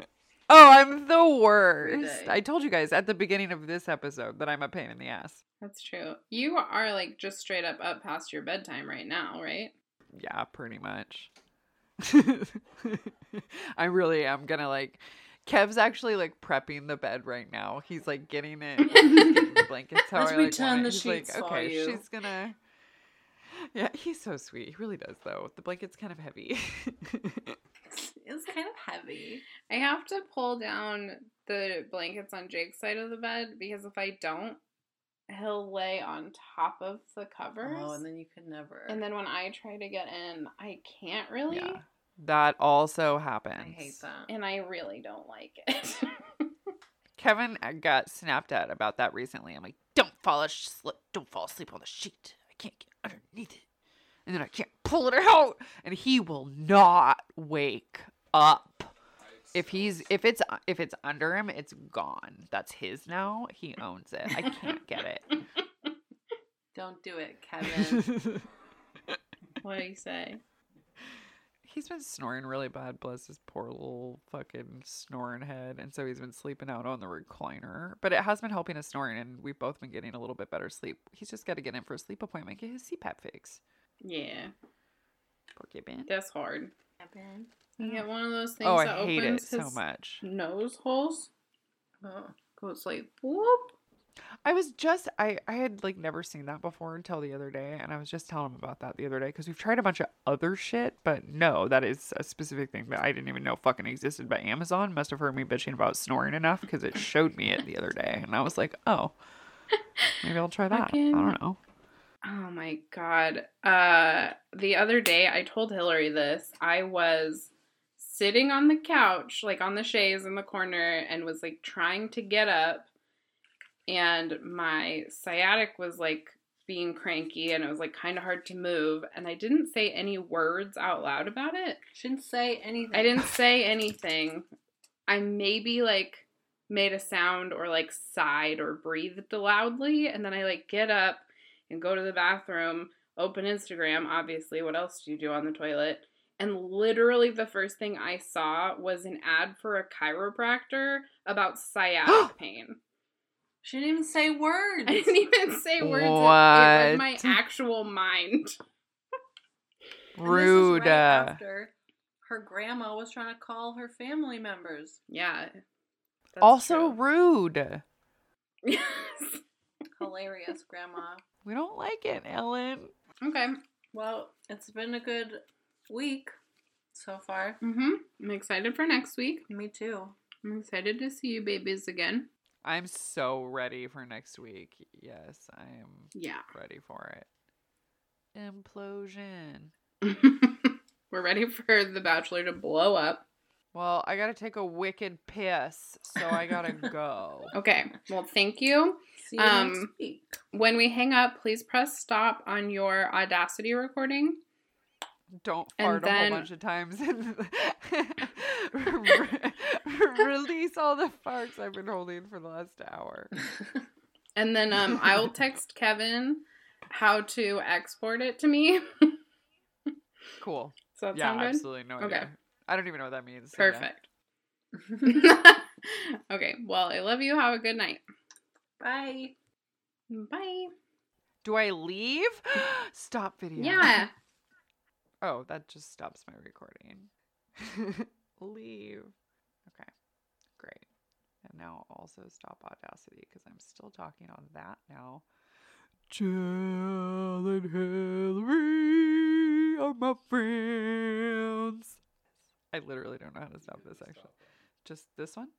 C: Oh, I'm the worst.
D: day.
C: I told you guys at the beginning of this episode that I'm a pain in the ass.
B: That's true. You are like just straight up up past your bedtime right now, right?
C: Yeah, pretty much. I really am gonna like. Kev's actually like prepping the bed right now. He's like getting it, he's getting the blankets. How
D: As
C: I,
D: we
C: like,
D: turn
C: want it.
D: the
C: He's
D: sheets
C: like,
D: for
C: okay,
D: you."
C: she's gonna. Yeah, he's so sweet. He really does though. The blanket's kind of heavy.
D: It's kind of heavy.
B: I have to pull down the blankets on Jake's side of the bed because if I don't, he'll lay on top of the covers.
D: Oh, and
B: and, then-
D: then you can never.
B: when I try to get in, I can't really.
C: yeah, that also happens.
D: I hate that.
B: And I really don't like it.
C: Kevin uh, got snapped at about that recently. I'm like, don't fall asleep, don't fall asleep on the sheet. I can't get underneath it, and then I can't pull it out. And he will not wake up. If he's if it's if it's under him, it's gone. That's his now. He owns it. I can't get
D: Don't do it, Kevin.
C: it.
B: what do you say?
C: he's been snoring really bad. Bless his poor little fucking snoring head. And so he's been sleeping out on the recliner. But it has been helping his snoring, and we've both been getting a little bit better sleep. He's just got to get in for a sleep appointment, get his CPAP fix.
B: Yeah,
C: Poor Gibbon.
B: that's hard.
D: Kevin.
B: You get one of those things
C: Oh,
B: that
C: I hate it
B: opens
C: so
B: his
C: much.
B: nose holes.
D: Oh.
B: Goes like whoop.
C: I was just I I had like never seen that before until the other day, and I was just telling him about that the other day because we've tried a bunch of other shit, but no, that is a specific thing that I didn't even know fucking existed. But Amazon must have heard me bitching about snoring enough because it showed me it the other day, and I was like, oh, maybe I'll try that.
B: Fucking-
C: I don't know.
B: Oh my god. Uh the other day I told Hillary this. I was sitting on the couch, like on the chaise in the corner and was like trying to get up and my sciatic was like being cranky and it was like kind of hard to move and I didn't say any words out loud about it.
D: Shouldn't say anything.
B: I didn't say anything. I maybe like made a sound or like sighed or breathed loudly. And then I like get up and go to the bathroom, open Instagram, obviously. What else do you do on the toilet? And literally the first thing I saw was an ad for a chiropractor about sciatic pain.
D: She didn't even say words.
B: I didn't even say words. It- It, was
C: What?
B: my actual mind.
D: And this is
C: Rude.
D: right after her grandma was trying to call her family members.
B: Yeah. that's
C: also
B: true.
C: rude.
B: Yes.
D: Hilarious, grandma.
C: We don't like it, Ellen.
B: Okay.
D: Well, it's been a good week so far.
B: Mm-hmm. I'm excited for next week.
D: Me too.
B: I'm excited to see you babies again.
C: I'm so ready for next week. Yes, I am
B: Yeah.
C: ready for it. Implosion.
B: We're ready for The Bachelor to blow up.
C: Well, I gotta take a wicked piss, so I gotta go.
B: Okay. Well, thank you.
D: See you
B: Um,
D: next week.
B: When we hang up, please press stop on your Audacity recording.
C: Don't
B: And
C: fart a
B: then-
C: whole bunch of times and release all the farts I've been holding for the last hour.
B: And then um, I will text Kevin how to export it to me.
C: Cool.
B: So that
C: yeah,
B: sound good?
C: absolutely no idea.
B: Okay.
C: I don't even know what that means. so yeah.
B: Perfect. okay. Well, I love you. Have a good night.
D: Bye.
B: Bye.
C: Do I leave? Stop video.
B: yeah.
C: Oh, that just stops my recording. Leave. Okay, great. And now also stop Audacity because I'm still talking on that now. Jill and Hillary are my friends. I literally don't know how to stop this actually. Just this one?